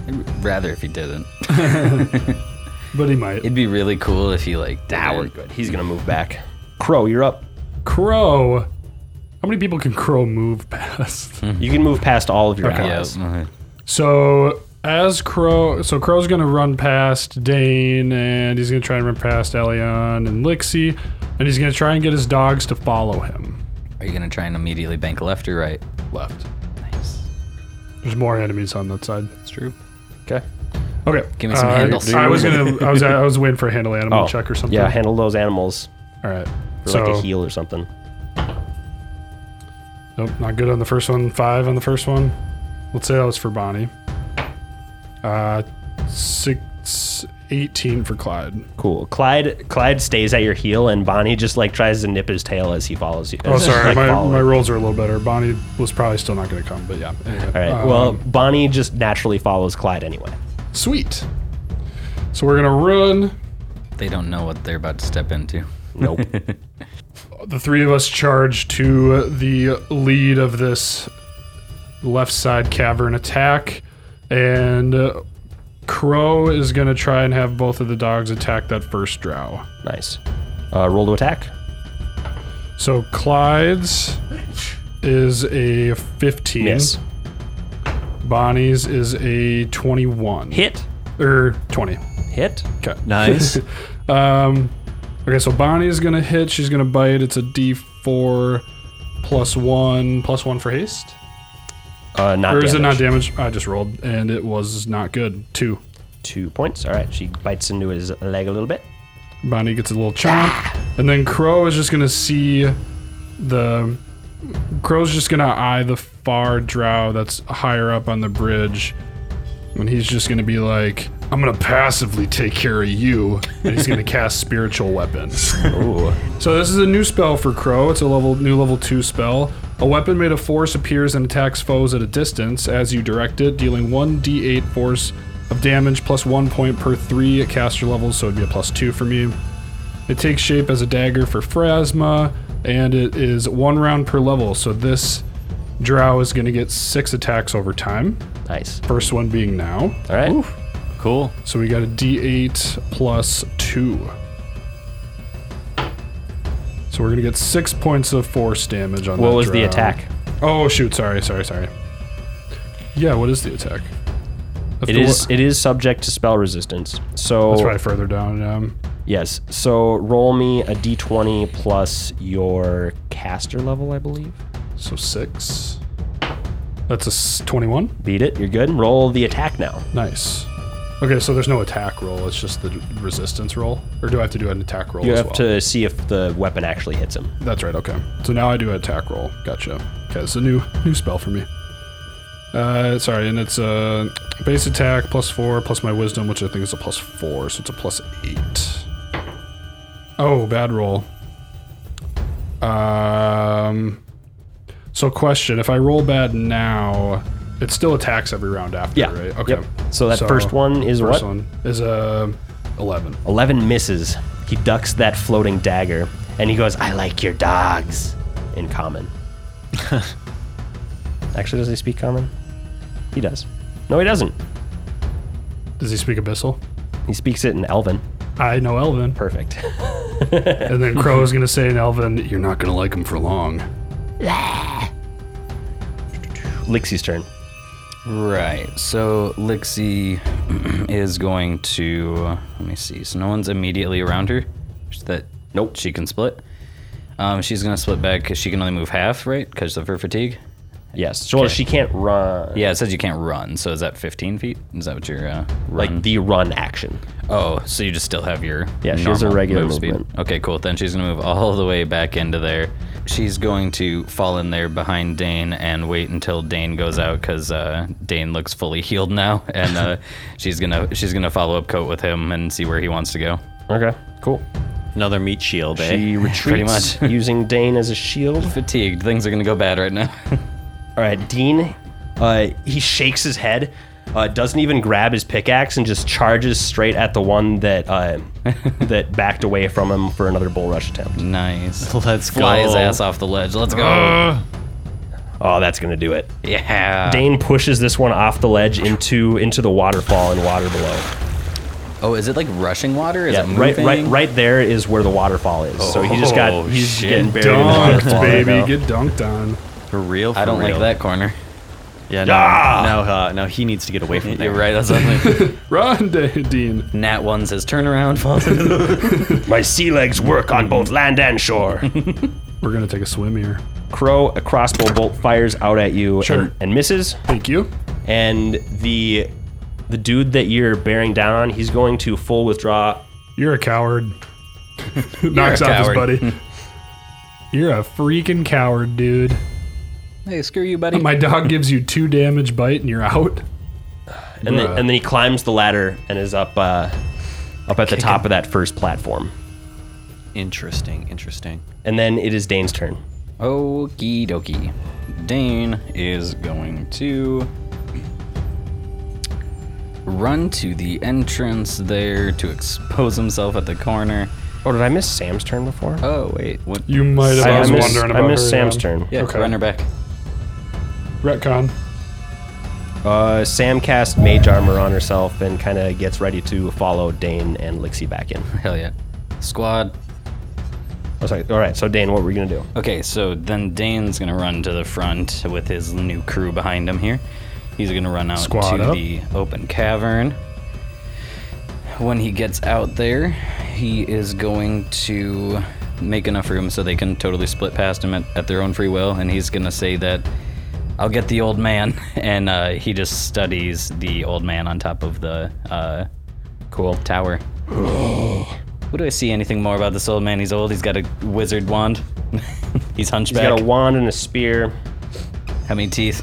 C: I'd rather if he didn't.
B: But he might.
C: It'd be really cool if he like.
A: Ah, we're good. He's gonna move back. Crow, you're up.
B: Crow. How many people can Crow move past?
A: You can move past all of your
B: Okay.
A: allies.
C: Yeah.
B: so as Crow, so Crow's gonna run past Dane, and he's gonna try and run past Elion and Lixie, and he's gonna try and get his dogs to follow him.
C: Are you gonna try and immediately bank left or right?
B: Left.
C: Nice.
B: There's more enemies on that side.
C: That's true.
A: Okay. Oh,
B: Okay.
C: Give me some handles.
B: I was gonna. I was. I was waiting for
A: *laughs*
B: a handle animal check or something.
A: Yeah, handle those animals
B: All right.
A: for
B: so
A: like a heal or something.
B: Nope, not good on the first one. Five on the first one. Let's say that was for Bonnie. Uh, six, 18 for
A: *laughs*
B: Clyde.
A: Cool. Clyde Clyde stays at your heel, and Bonnie just like tries to nip his tail as he follows you.
B: Oh,
A: *laughs*
B: sorry,
A: Like,
B: my,
A: following.
B: my rolls are a little better. Bonnie was probably still not going to come, but yeah. Anyway.
A: All right.
B: Um,
A: well, Bonnie just naturally follows Clyde anyway.
B: sweet. So we're gonna run
C: They don't know what they're about to step into.
B: *laughs*
A: Nope.
B: The three of us charge to the lead of this left side cavern attack, and uh, Crow is gonna try and have both of the dogs attack that first drow.
A: nice. Uh, roll to attack.
B: So Clyde's is a 15.
A: Yes.
B: Bonnie's is a 21.
A: Hit.
B: Or 20.
A: Hit.
B: Okay.
D: Nice.
B: Um, okay, so Bonnie's gonna hit. She's gonna bite. It's a D4 plus one, plus one for haste.
A: Uh, not
B: Or is it not
A: damage.
B: damage? I just rolled, and it was not good. Two.
A: Two points. All right. She bites into his leg a little bit.
B: Bonnie gets a little chomp, and then Crow is just gonna see the. Crow's just gonna eye the far drow that's higher up on the bridge, and he's just gonna be like, "I'm gonna passively take care of you," and he's gonna *laughs* cast spiritual weapon.
A: Ooh.
B: So this is a new spell for Crow. It's a level new level two spell. A weapon made of force appears and attacks foes at a distance as you direct it, dealing one d8 force of damage plus one point per three at caster levels, so it'd be a plus two for me. It takes shape as a dagger for Phrasma, and it is one round per level. So this Drow is going to get six attacks over time.
A: Nice.
B: First one being now.
A: All right.
D: cool.
B: So we got a d8 plus 2. So we're going to get 6 points of force damage on
A: What
B: that
A: was the
B: drow.
A: attack?
B: Oh, shoot. Sorry, sorry, sorry. Yeah, what is the attack? If
A: It
B: the
A: is Oh.
B: wa-
A: it is subject to spell resistance. So
B: That's right, further down. Um,
A: yes. So roll me a d20 plus your caster level, I believe.
B: so 6. That's a s- 21.
A: Beat it. You're good. Roll the attack now.
B: Nice. Okay, so there's no attack roll. It's just the resistance roll. Or do I have to do an attack roll
A: You
B: as
A: have
B: well?
A: to see if the weapon actually hits him.
B: That's right. Okay. So now I do an attack roll. Gotcha. Okay, it's a new new spell for me. Uh, sorry, and it's a uh, base attack plus four plus my wisdom, which I think is a plus four, so it's a plus eight. Oh, bad roll. Um, so question: If I roll bad now, it still attacks every round after,
A: Yeah.
B: right?
A: Yep. So that first one is
B: first
A: what?
B: one is a eleven.
A: 11 misses. He ducks that floating dagger and he goes, I like your dogs in common. *laughs* Actually, does he speak common? He does. No, he doesn't.
B: Does he speak abyssal?
A: He speaks it in Elven.
B: I know Elven.
A: Perfect. *laughs*
B: And then Crow is gonna say in Elven, "You're not gonna like him for long."
A: Lixie's turn.
C: Right. So Lixie *clears throat* is going to. Let me see. So no one's immediately around her. Just That nope. She can split. Um, she's gonna split back because she can only move half, right? Because of her fatigue.
A: Yes. So, well,
C: Okay.
A: she can't run.
C: Yeah, it says you can't run. So is that 15 feet? Is that what your uh, run?
A: Like the run action.
C: oh, so you just still have your
A: Yeah, she has a
C: normal
A: regular
C: move speed.
A: movement.
C: Okay, cool. Then she's gonna move all the way back into there. She's going to fall in there behind Dane and wait until Dane goes out because uh, Dane looks fully healed now, and uh,
A: *laughs*
C: she's gonna she's gonna follow up coat with him and see where he wants to go.
A: Okay. Cool.
D: Another meat shield,
A: *laughs*
D: eh?
A: She retreats
C: *laughs* much.
A: using Dane as a shield.
C: Fatigued, things are gonna go bad right now. *laughs*
A: All right, Dean. Uh, he shakes his head, uh, doesn't even grab his pickaxe, and just charges straight at the one that
C: *laughs*
A: uh, that backed away from him for another bull rush attempt.
C: nice.
D: *laughs* Let's
C: Fly his
D: go.
C: ass off the ledge. Let's go.
A: *gasps* Uh, Oh, that's gonna do it.
C: Ah. yeah.
A: Dane pushes this one off the ledge into into the waterfall and water below.
C: Oh, is it like rushing water? Is it
A: Yeah,
C: moving?
A: right, right, right there is where the waterfall is. so he just got
C: Oh,
A: he's
C: shit.
A: getting buried in the waterfall.
B: Dunked,
A: right
B: baby.
A: now.
B: Get dunked on.
D: For real?
C: I don't like
A: *laughs*
C: that corner.
D: Yeah. No,
A: Ah!
D: Now, uh, now he needs to get away from there.
C: You're right.
A: *laughs*
C: That's something.
B: Run, *laughs* Da- Dean.
C: Nat one says turnaround. Falls into the.
A: My sea legs work on both land and
C: *laughs*
A: shore.
B: We're gonna take a swim here.
A: Crow, a crossbow bolt fires out at you
B: Sure.
A: and, and misses.
B: Thank you.
A: and the the dude that you're bearing down on, he's going to full withdraw.
B: You're
A: *laughs*
B: a coward. Knocks
C: a
B: out
C: coward.
B: his buddy. You're a freaking coward, dude.
C: Hey, screw you, buddy.
B: My dog gives you two damage bite and you're out.
A: And then,
B: Bruh.
A: and then he climbs the ladder and is up uh, up at the top of that first platform.
D: Interesting. Interesting.
A: And then it is Dane's turn.
C: Okie dokie. Dane is going to run to the entrance there to expose himself at the corner.
A: Oh, did I miss Sam's turn before?
C: Oh wait, what?
B: You might have.
A: I,
B: I,
A: I
B: was
A: missed,
B: wondering
A: I
B: about
A: missed
B: her,
A: Sam's
B: um,
A: turn.
C: yeah,
B: okay.
C: run her back.
B: Retcon.
A: Uh, Sam casts mage armor on herself and kind of gets ready to follow Dane and Lixie back in.
C: Hell yeah, squad.
A: Oh, sorry. All right. So Dane, what were you gonna do?
C: Okay, so then Dane's gonna run to the front with his new crew behind him here. He's gonna run out
B: Squad
C: to
B: up.
C: the open cavern. When he gets out there, he is going to make enough room so they can totally split past him at, at their own free will, and he's gonna say that I'll get the old man, *laughs* and uh, he just studies the old man on top of the uh, cool tower. What do I see anything more about this old man? He's old. He's got a wizard wand. *laughs* he's
A: He's
C: hunchback.
A: got a wand and a spear.
C: How many teeth?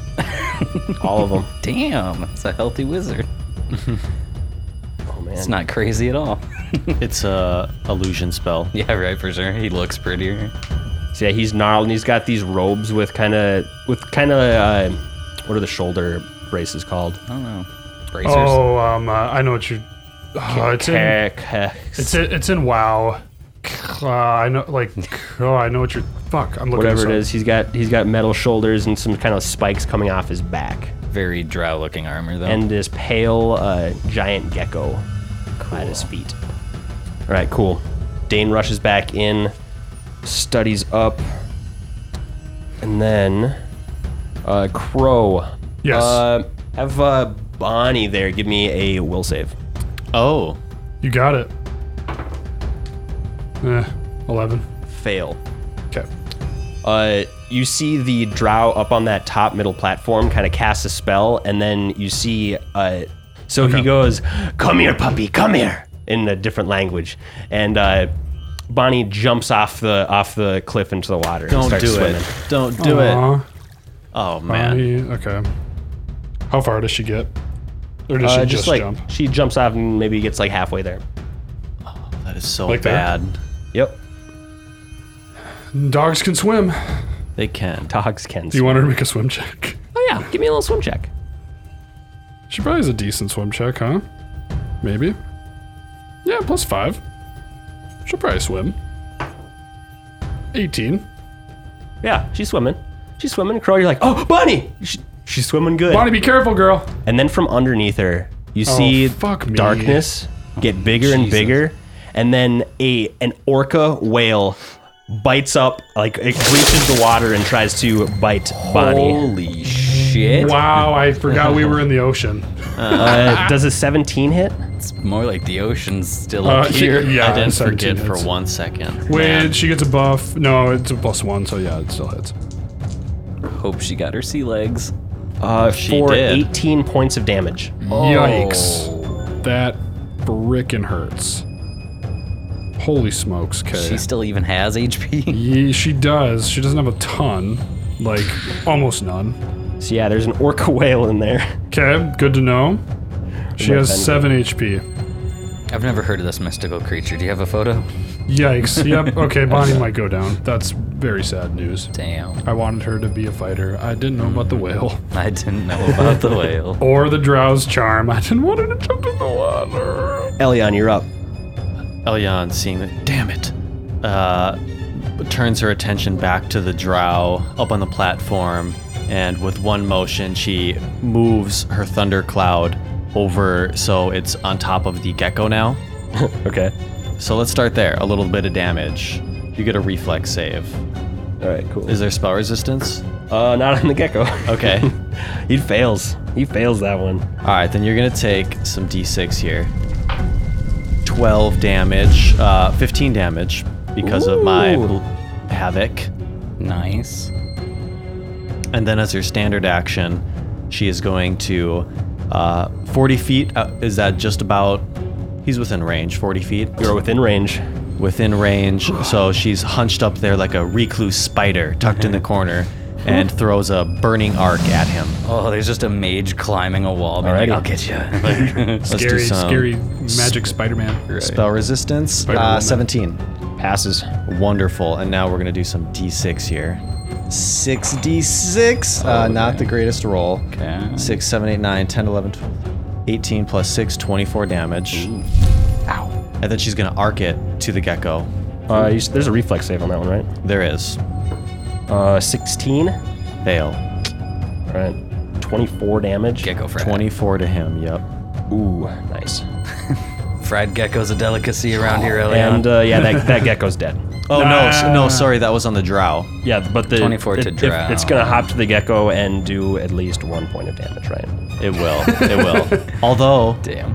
C: *laughs*
A: All of them.
C: Damn, it's a healthy wizard.
A: Oh man.
C: It's not crazy at all. *laughs*
D: It's a illusion spell.
C: yeah, right for sure. He looks prettier.
A: So yeah, he's gnarled and he's got these robes with kind of with kind of uh, what are the shoulder braces called?
C: I don't know. Bracers.
B: Oh, um, uh, I know what you. Oh, it's in.
A: Ca- ca-
B: It's in, it's in WoW. Uh, I know, like, *laughs* oh, I know what you're. Fuck, I'm looking. this
A: Whatever it
B: up.
A: is, he's got he's got metal shoulders and some kind of spikes coming off his back,
C: Very drow-looking armor though.
A: and this pale uh, giant gecko at his feet. All right, cool. Dane rushes back in, studies up, and then uh, Crow.
B: Yes.
A: Uh, have uh, Bonnie there give me a will save.
D: Oh,
B: You got it. Eh, eleven.
A: Fail.
B: Okay.
A: Uh, you see the drow up on that top middle platform kind of cast a spell, and then you see. Uh, so he goes, Come here, puppy, come here, in a different language. And uh, Bonnie jumps off the off the cliff into the water and
D: don't
A: starts
D: do
A: swimming.
D: it. Don't do it.
B: Aw,
D: Oh man.
B: Bonnie, okay. How far does she get? Or does
A: Uh,
B: she
A: just,
B: just,
A: like
B: jump?
A: she jumps off and maybe gets like halfway there.
D: That is so
B: Like that?
D: bad.
A: Yep.
B: Dogs can swim.
D: They can.
A: Dogs can.
B: Do you want her to make a swim check? *laughs*
A: oh yeah, give me a little swim check.
B: She probably has a decent swim check, huh? Maybe. Yeah, plus five. She'll probably swim. 18.
A: Yeah, she's swimming. She's swimming. Crow, you're like, oh, Bonnie! She, she's swimming good.
B: Bonnie, be careful, girl.
A: And then from underneath her, you see
B: Oh, fuck me.
A: darkness get bigger and bigger. And then a an orca whale bites up, like it reaches the water and tries to bite Bonnie.
C: Holy shit!
B: Wow, I forgot we were in the ocean.
A: Uh, does a 17 hit?
C: It's more like the ocean's still
B: Uh,
C: up here.
B: she- yeah,
D: I didn't
B: 17
D: forget for
B: hits.
D: one second.
B: Wait, she gets a buff. No, it's a plus one, so yeah, it still hits.
C: Hope she got her sea legs.
A: Uh, for
D: did.
A: 18 points of damage.
B: Yikes. Oh, That frickin' hurts. Holy smokes, Kay.
C: She still even has HP.
B: Ye- she does. She doesn't have a ton. Like, almost none.
A: So yeah, there's an orca *laughs* whale in there.
B: Okay, good to know. She
A: Like
B: has
A: Ben
B: 7 HP.
C: *laughs* I've never heard of this mystical creature. Do you have a photo?
B: Yikes.
D: *laughs*
B: Yep. Okay, Bonnie might go down. That's very sad news.
C: Damn.
B: I wanted her to be a fighter. I didn't know about the whale.
C: I didn't know about the whale.
B: Or the drow's charm. I didn't want her to jump in the water.
A: Elion, you're up. *laughs*
D: Elyon, seeing that, damn it, uh, turns her attention back to the drow up on the platform, and with one motion, she moves her thundercloud over so it's on top of the gecko now.
A: Okay.
D: So let's start there. A little bit of damage. You get a reflex save.
A: All right, cool.
D: Is there spell resistance?
A: Uh, not on the gecko. *laughs*
D: Okay.
A: he fails. He fails that one.
D: All right, then you're gonna take some d6 here. 12 damage, uh, 15 damage because of my
A: Ooh.
D: l- havoc.
C: *laughs* Nice.
D: And then, as her standard action, she is going to uh, 40 feet. Uh, is that just about? He's within range, 40 feet.
A: You're within range.
D: within range, so she's hunched up there like a recluse spider tucked in the corner and throws a burning arc at him.
C: Oh, there's just a mage climbing a wall. being like,
A: Alrighty.
C: I'll get *laughs* you.
D: Let's do
B: Scary,
D: some
B: scary magic Spider-Man.
D: spell resistance. Uh,
B: Spider-Woman.
D: 17.
A: Passes.
D: Wonderful. And now we're going to do some d6 here. 6d6. uh, not the greatest roll.
C: Okay.
D: Six, seven, eight, nine, 10, 11, 12. 18 plus 6, 24 damage. Ow. And then she's going to arc it to the gecko.
A: Uh, you, s- there's a reflex save on that one, right?
D: There is.
A: Uh, 16. All
D: Fail.
A: right. 24 damage.
C: Gecko fried.
D: 24 to him, yep.
A: Ooh, nice.
C: Fried gecko's a delicacy around here, Elian.
A: And uh, yeah, that, that gecko's dead.
D: Oh, no, s- no, sorry, that was on the drow.
A: Yeah, but the
C: 24 to
A: if-
C: drown.
A: It's gonna hop to the gecko and do at least one point of damage, right?
D: It will. It will. Although,
C: Damn.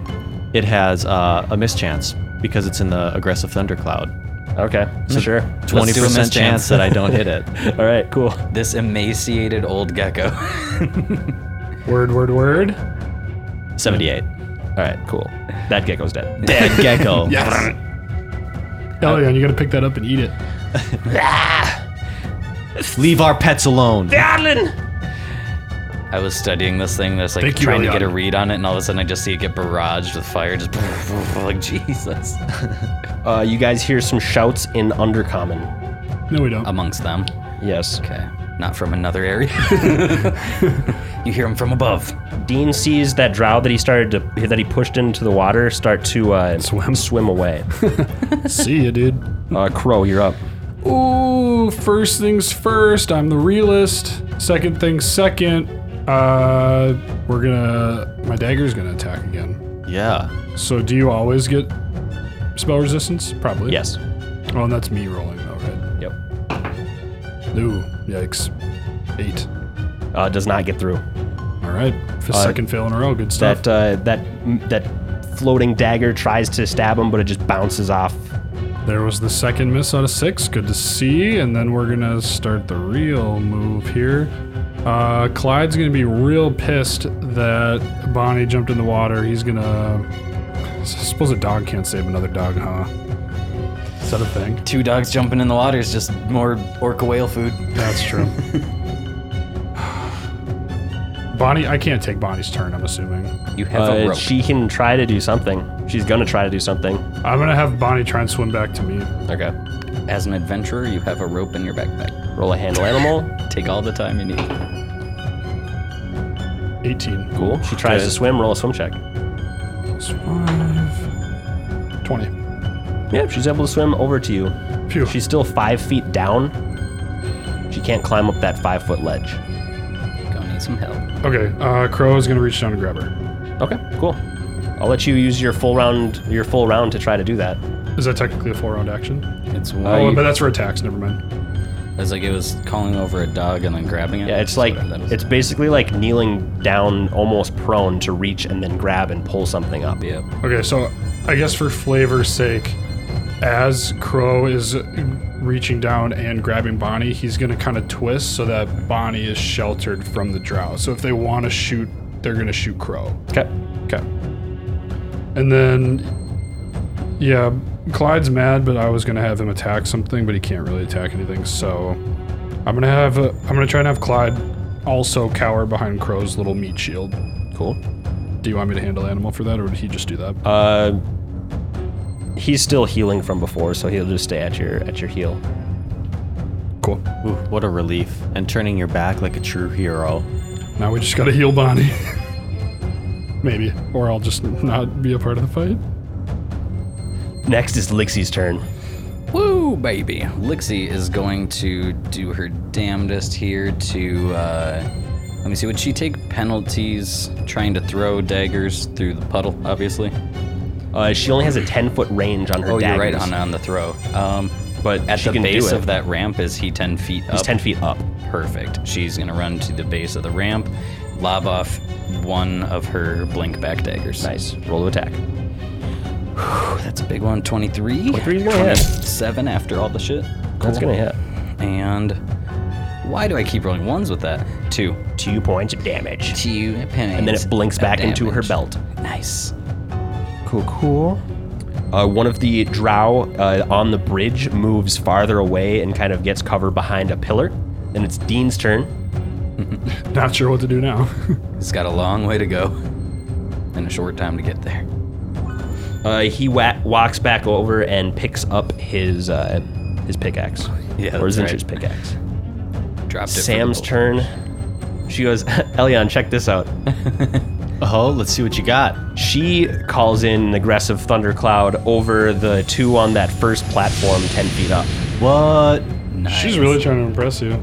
D: it has uh, a mischance because it's in the aggressive thundercloud.
A: Okay, sure.
D: 20%
C: do a
D: chance
C: mischance.
D: that I don't hit it.
A: *laughs* All right, cool.
C: This emaciated old gecko. *laughs*
B: Word, word, word.
D: 78.
A: All right, cool. That gecko's dead.
D: Dead gecko.
B: Yes. Elian, you gotta pick that up and eat it.
A: *laughs*
D: Leave our pets alone.
C: I was studying this thing that's like
B: Thank you,
C: trying to get a
B: Elian.
C: read on it, and all of a sudden I just see it get barraged with fire. Just *laughs* like Jesus.
A: Uh, you guys hear some shouts in Undercommon.
B: No, we don't.
C: Amongst them.
A: Yes.
C: Okay. Not from another area. *laughs* you hear them from above.
A: Dean sees that drow that he started to that he pushed into the water start to uh,
B: Swim.
A: swim away.
B: See ya, dude.
A: *laughs* uh, Crow, you're up.
B: Ooh, first things first, I'm the realist. Second things second, uh, we're gonna. My dagger's gonna attack again.
D: Yeah.
B: So, do you always get spell resistance? Probably.
A: Yes.
B: Oh, and that's me rolling, though, right?
A: Yep.
B: Ooh, yikes. Eight.
A: Uh, does not get through.
B: All right. For second fail in a row. Good stuff.
A: That uh, that that floating dagger tries to stab him, but it just bounces off.
B: There was the second miss out of six. Good to see. And then we're going to start the real move here. Uh, Clyde's going to be real pissed that Bonnie jumped in the water. He's going to. I suppose a dog can't save another dog, huh? Is that a thing?
C: Two dogs jumping in the water is just more orca whale food.
B: That's true. *sighs* Bonnie, I can't take Bonnie's turn, I'm assuming.
C: You have a
A: Uh,
C: rope.
A: she can try to do something. She's gonna try to do something.
B: I'm going to have Bonnie try and swim back to me.
A: Okay.
C: As an adventurer, you have a rope in your backpack.
A: Roll a handle animal.
C: Take all the time you need.
B: 18.
A: Cool. She tries to
D: Good.
A: swim. Roll a swim check.
B: Plus five. 20.
A: Yeah, she's able to swim over to you.
B: Phew.
A: She's still five feet down. She can't climb up that five foot ledge.
C: Gonna need some help.
B: Okay, uh, Crow is going to reach down and grab her.
A: Okay, cool. I'll let you use your full round your full round to try to do that.
B: Is that technically a full round action?
A: Uh,
C: It's
B: Oh,
C: one.
B: but that's for attacks. Never mind.
C: it's like it was calling over a dog and then grabbing it.
A: Yeah, it's like
C: That's what I- that was-
A: it's basically like kneeling down almost prone to reach and then grab and pull something up.
C: yeah.
B: Okay, so I guess for flavor's sake, as Crow is reaching down and grabbing Bonnie, he's going to kind of twist so that Bonnie is sheltered from the drow. So if they want to shoot, they're going to shoot Crow.
A: Okay.
B: Okay. And then, yeah, Clyde's mad, but I was gonna have him attack something, but he can't really attack anything. So, I'm gonna have i am I'm gonna try and have Clyde also cower behind Crow's little meat shield.
A: Cool.
B: Do you want me to handle animal for that, or did he just do that?
A: Uh he's still healing from before, so he'll just stay at your at your heel.
B: cool.
D: Ooh, what a relief. And turning your back like a true hero.
B: Now we just gotta heal Bonnie. *laughs* Maybe, or I'll just not be a part of the fight.
A: Next is Lixie's turn.
C: Woo, baby. Lixie is going to do her damnedest here to. Uh, let me see. Would she take penalties trying to throw daggers through the puddle? Obviously.
A: Uh, she only has a ten foot range on her
C: oh, you're
A: daggers.
C: right on on the throw. Um,
A: But
C: at
A: she
C: the
A: can do
C: base
A: it.
C: of that ramp, is he ten feet up?
A: He's ten feet up.
C: Perfect. She's gonna run to the base of the ramp, lob off one of her blink back daggers.
A: Nice. Roll of attack.
C: That's a big one. 23.
A: 23 is gonna hit.
C: Seven after all the shit.
A: That's gonna hit.
C: And why do I keep rolling ones with that? Two.
A: Two points of damage.
C: Two
A: and then it blinks back into her belt.
C: Nice.
A: Cool, cool. Uh, one of the drow uh, on the bridge moves farther away and kind of gets cover behind a pillar. Then it's Dean's turn.
B: Not sure what to do now. *laughs*
C: It's got a long way to go *laughs* and a short time to get there.
A: Uh, he wa- walks back over and picks up his uh, his pickaxe.
C: Yeah,
A: or his
C: that's
A: inches pickaxe.
C: Dropped it. for the
A: Sam's *laughs*
C: bull. *laughs*
A: turn. She goes, Elion, check this out.
D: Oh, let's see what you got.
A: She calls in an aggressive thundercloud over the two on that first platform 10 feet up.
D: What?
B: She's really trying to impress you.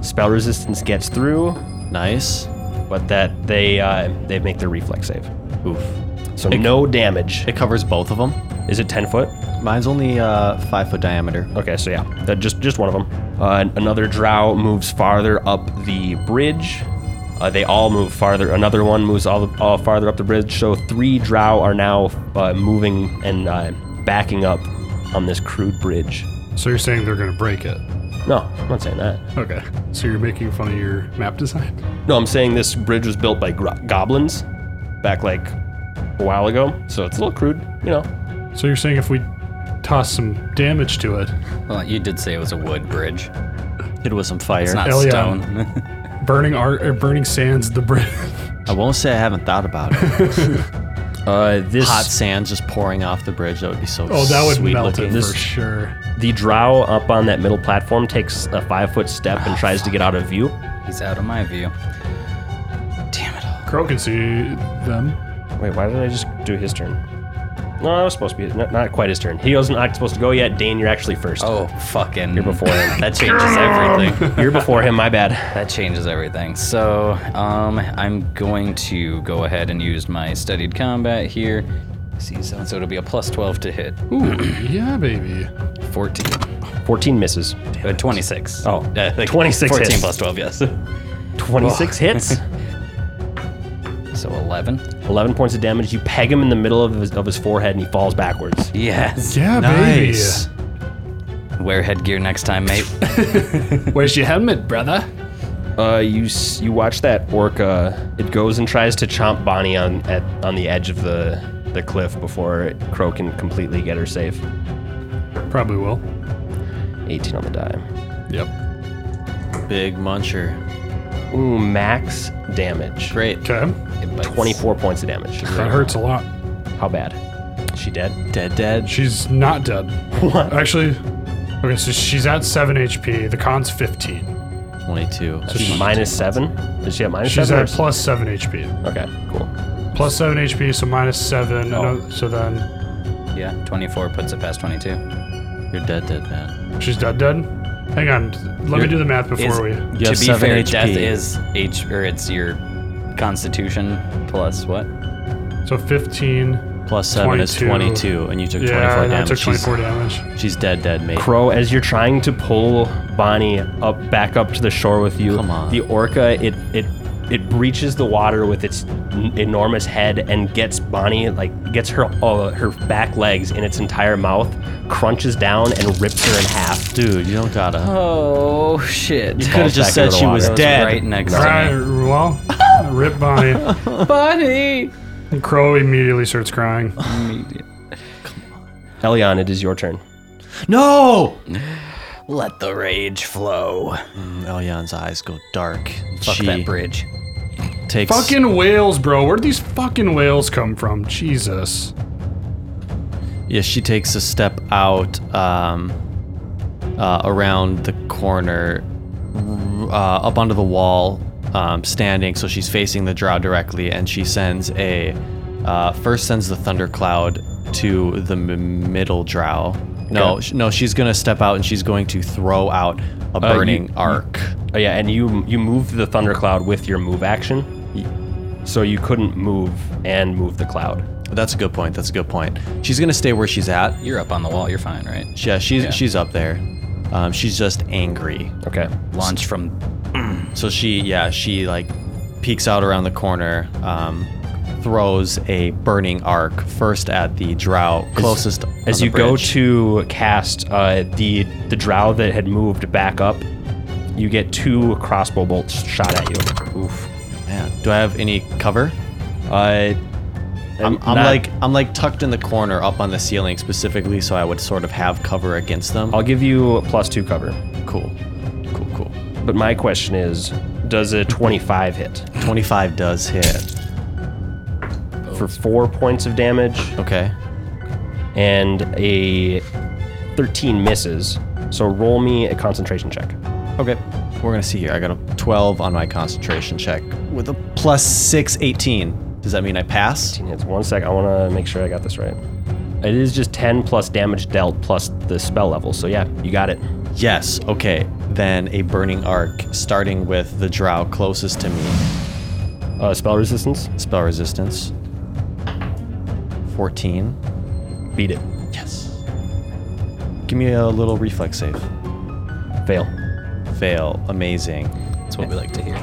A: Spell resistance gets through,
D: Nice.
A: but that they uh, they make their reflex save.
D: Oof.
A: So no damage.
D: It covers both of them.
A: Is it 10 foot?
D: Mine's only uh, five foot diameter.
A: Okay, so yeah, that just just one of them. Uh, another drow moves farther up the bridge. Uh, they all move farther. Another one moves all, the, all farther up the bridge. So three drow are now uh, moving and uh, backing up on this crude bridge.
B: So you're saying they're gonna break it?
A: No, I'm not saying that.
B: Okay. So you're making fun of your map design?
A: No, I'm saying this bridge was built by gro- goblins back like a while ago. So it's a little crude, you know.
B: So you're saying if we toss some damage to it,
C: Well, you did say it was a wood bridge.
D: It was some fire.
C: It's not
B: Hell yeah.
C: stone. *laughs*
B: burning art or burning sands the bridge?
D: I won't say I haven't thought about it. *laughs*
A: Uh, this
D: Hot sands just pouring off the bridge. That would be so.
B: *laughs* Oh, that would
D: sweet
B: melt
D: looking.
B: it for sure.
A: the drow up on that middle platform takes a five foot step and tries to get out of view.
C: He's out of my view. Damn it all.
B: Crow can see them.
A: Wait, why did I just do his turn? No, it was supposed to be not, not quite his turn. He wasn't not supposed to go yet. Dane, you're actually first.
C: Oh, fucking. You're
A: before *laughs* him.
C: that changes everything.
A: You're before him. My bad.
C: That changes everything. So, um, I'm going to go ahead and use my studied combat here. See, so so it'll be a plus 12 to hit.
B: Ooh, *clears throat* yeah, baby.
C: 14.
A: 14 misses.
C: Uh, 26.
A: Oh,
C: Uh, like
A: 26
C: 14
A: hits.
C: plus 12, yes.
A: 26 *laughs* hits.
C: So 11.
A: 11 points of damage. You peg him in the middle of his, of his forehead and he falls backwards.
C: Yes.
B: Yeah,
D: Nice.
C: Wear headgear next time, mate. *laughs*
B: baby. Where's your helmet, brother?
A: Uh, you s- you watch that orca. It goes and tries to chomp Bonnie on at on the edge of the the cliff before Crow can completely get her safe.
B: Probably will.
A: 18 on the die.
B: Yep.
D: Big muncher.
A: Ooh, max damage.
D: Great.
B: Okay.
C: It bites.
A: 24 points of damage.
B: That hurts a lot.
A: How bad? She dead?
D: Dead. Dead.
B: She's not dead.
A: *laughs* What?
B: Actually, okay, so she's at 7 HP. The con's 15.
D: Twenty-two.
A: She's minus seven? Is she at minus
B: She's
A: seven?
B: at plus 7 HP.
A: or- okay, cool.
B: Plus 7 HP, so minus 7. ano- So then
C: Yeah, 24 puts it past 22.
D: You're dead. Dead man.
B: she's dead, dead? Hang on. Let me do the math before we.
C: Is-
D: You
C: to
D: have
C: be
D: seven
C: fair,
D: HP.
C: death is H, or it's your constitution plus what?
B: So 15.
D: Plus seven is
B: 22.
D: twenty-two, and you took
B: Yeah,
D: twenty-four
B: and I
D: damage.
B: took 24
D: she's,
B: damage.
D: she's dead. Dead mate.
A: Crow, as you're trying to pull Bonnie up back up to the shore with you,
D: Come on.
A: the orca it it it breaches the water with its n- enormous head and gets Bonnie like gets her uh, her back legs in its entire mouth, crunches down and rips her in half.
D: Dude, you don't gotta.
C: Oh, shit.
D: could have just
A: back into
D: said
A: the
D: she
A: water.
D: was
A: That was
D: dead.
C: right next
B: Right,
C: to me.
B: well, rip Bonnie.
C: Buddy!
B: And Crow immediately starts crying.
A: Elion, it is your turn.
D: No.
C: Let the rage flow.
D: Elion's oh, eyes go dark.
C: Fuck
D: she
C: that bridge.
D: takes.
B: Fucking whales, bro. Where'd these fucking whales come from? Jesus.
D: Yeah, she takes a step out um, uh, around the corner, r- uh, up onto the wall, um, standing. So she's facing the drow directly, and she sends a uh, first sends the thundercloud to the m- middle drow. No, sh- no, she's gonna step out and she's going to throw out a
A: you-
D: burning arc.
A: Oh yeah, and you you moved the thundercloud with your move action, so you couldn't move and move the cloud.
D: That's a good point. That's a good point. She's gonna stay where she's at.
C: You're up on the wall. You're fine, right?
D: Yeah, she's she's up there. Um, she's just angry.
A: Okay.
C: Launch from
D: So she, yeah, she like peeks out around the corner, um, throws a burning arc first at the drow closest.
A: As you go to cast uh, the the drow that had moved back up, you get two crossbow bolts shot at you. Oof.
D: go, man, do I have any cover?
A: Uh,
D: I'm, I'm
A: not-
D: like I'm like tucked in the corner, up on the ceiling specifically, so I would sort of have cover against them.
A: I'll give you plus two cover.
D: cool, cool, cool.
A: But my question is, does a 25 hit
D: Twenty-five does hit.
A: for four points of damage
D: Okay.
A: and a 13 misses? So roll me a concentration check.
D: Okay. We're gonna see here. I got a twelve on my concentration check with a plus six, 18. Does that mean I pass?
A: It's one sec. I want to make sure I got this right. It is just 10 plus damage dealt plus the spell level. So yeah, you got it.
D: Yes. Okay. Then a burning arc, starting with the drow closest to me.
A: Uh, spell resistance.
D: Spell resistance. 14.
A: Beat it.
D: Yes. Give me a little reflex save.
A: Fail.
D: Fail. Amazing.
C: That's what we like to hear.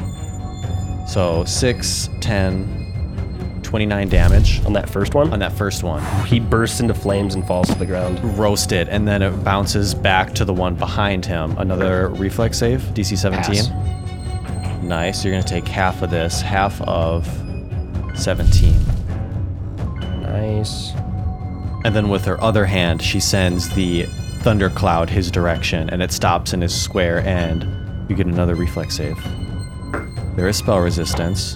D: So 6, 10, 29 damage
A: On that first one,
D: on that first one.
A: he bursts into flames and falls to the ground.
D: Roasted, and then it bounces back to the one behind him. Another reflex save, DC 17. Nice. You're going to take half of this, half of 17.
A: Nice.
D: And then with her other hand, she sends the thundercloud his direction, and it stops in his square, and you get another reflex save. There is spell resistance.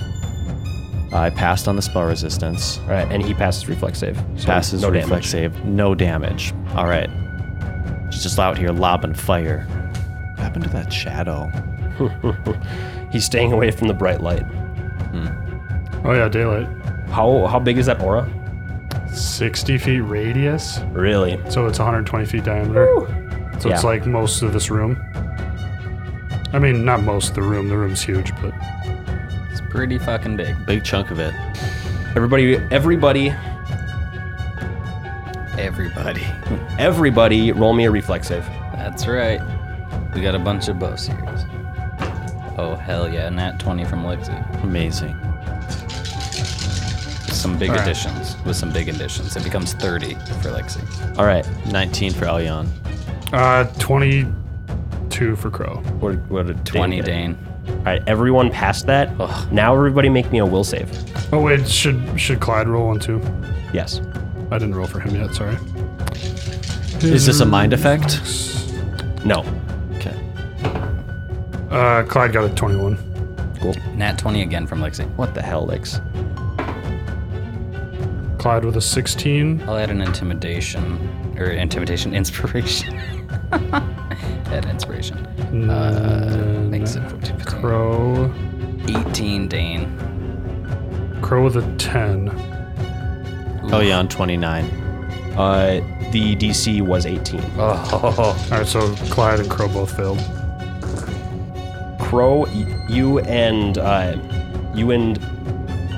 D: I passed on the spell resistance.
A: All right, and he passes reflex save. So
D: Passes
A: no
D: reflex
A: damage.
D: save. No damage. All right. She's just out here lobbing fire. What happened to that shadow?
A: He's staying away from the bright light.
B: Oh yeah, daylight.
A: How how big is that aura?
B: 60 feet radius,
A: Really?
B: so it's 120 feet diameter. So it's
A: Yeah.
B: like most of this room. I mean, not most of the room. The room's huge, but
C: It's pretty fucking big.
D: Big chunk of it.
A: Everybody, everybody,
C: Everybody. *laughs*
A: everybody, roll me a reflex save.
C: That's right. We got a bunch of bow series. Oh hell yeah, nat 20 from Lexi.
D: Amazing.
C: Some big additions. With some big additions. It becomes 30 for Lexi.
A: All right.
D: 19 for Elyon.
B: uh, 22 for Crow.
A: What, what did
C: 20
A: get?
C: Dane.
A: All right, everyone passed that.
C: Ugh.
A: Now everybody make me a will save.
B: Oh wait, should should Clyde roll one too?
A: Yes.
B: I didn't roll for him yet. Sorry.
D: Is this a mind effect?
A: No.
D: Okay.
B: Uh, Clyde got a 21.
A: Cool.
C: Nat 20 again from Lexi.
A: What the hell, Lex?
B: Clyde with a 16.
C: I'll add an intimidation or intimidation *laughs* inspiration. add inspiration. Uh, makes it 14, 15.
B: Crow.
C: 18 Dane.
B: Crow with a 10.
D: Elyon, 29.
A: Uh, the DC was 18.
C: Oh.
B: All right, so Clyde and Crow both failed.
A: Crow, y- you and uh, you and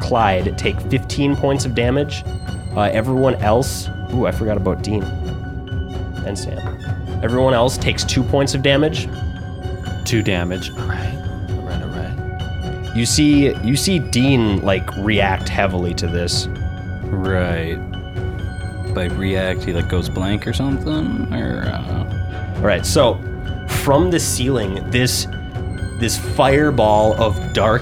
A: Clyde take 15 points of damage. Uh, everyone else, ooh, I forgot about Dean and Sam. Everyone else takes two points of damage.
D: Two damage. All right. All right, all right.
A: You see, you see Dean like react heavily to this.
C: Right. By react, he like goes blank or something, or uh, I don't know.
A: All right, so from the ceiling, this this fireball of dark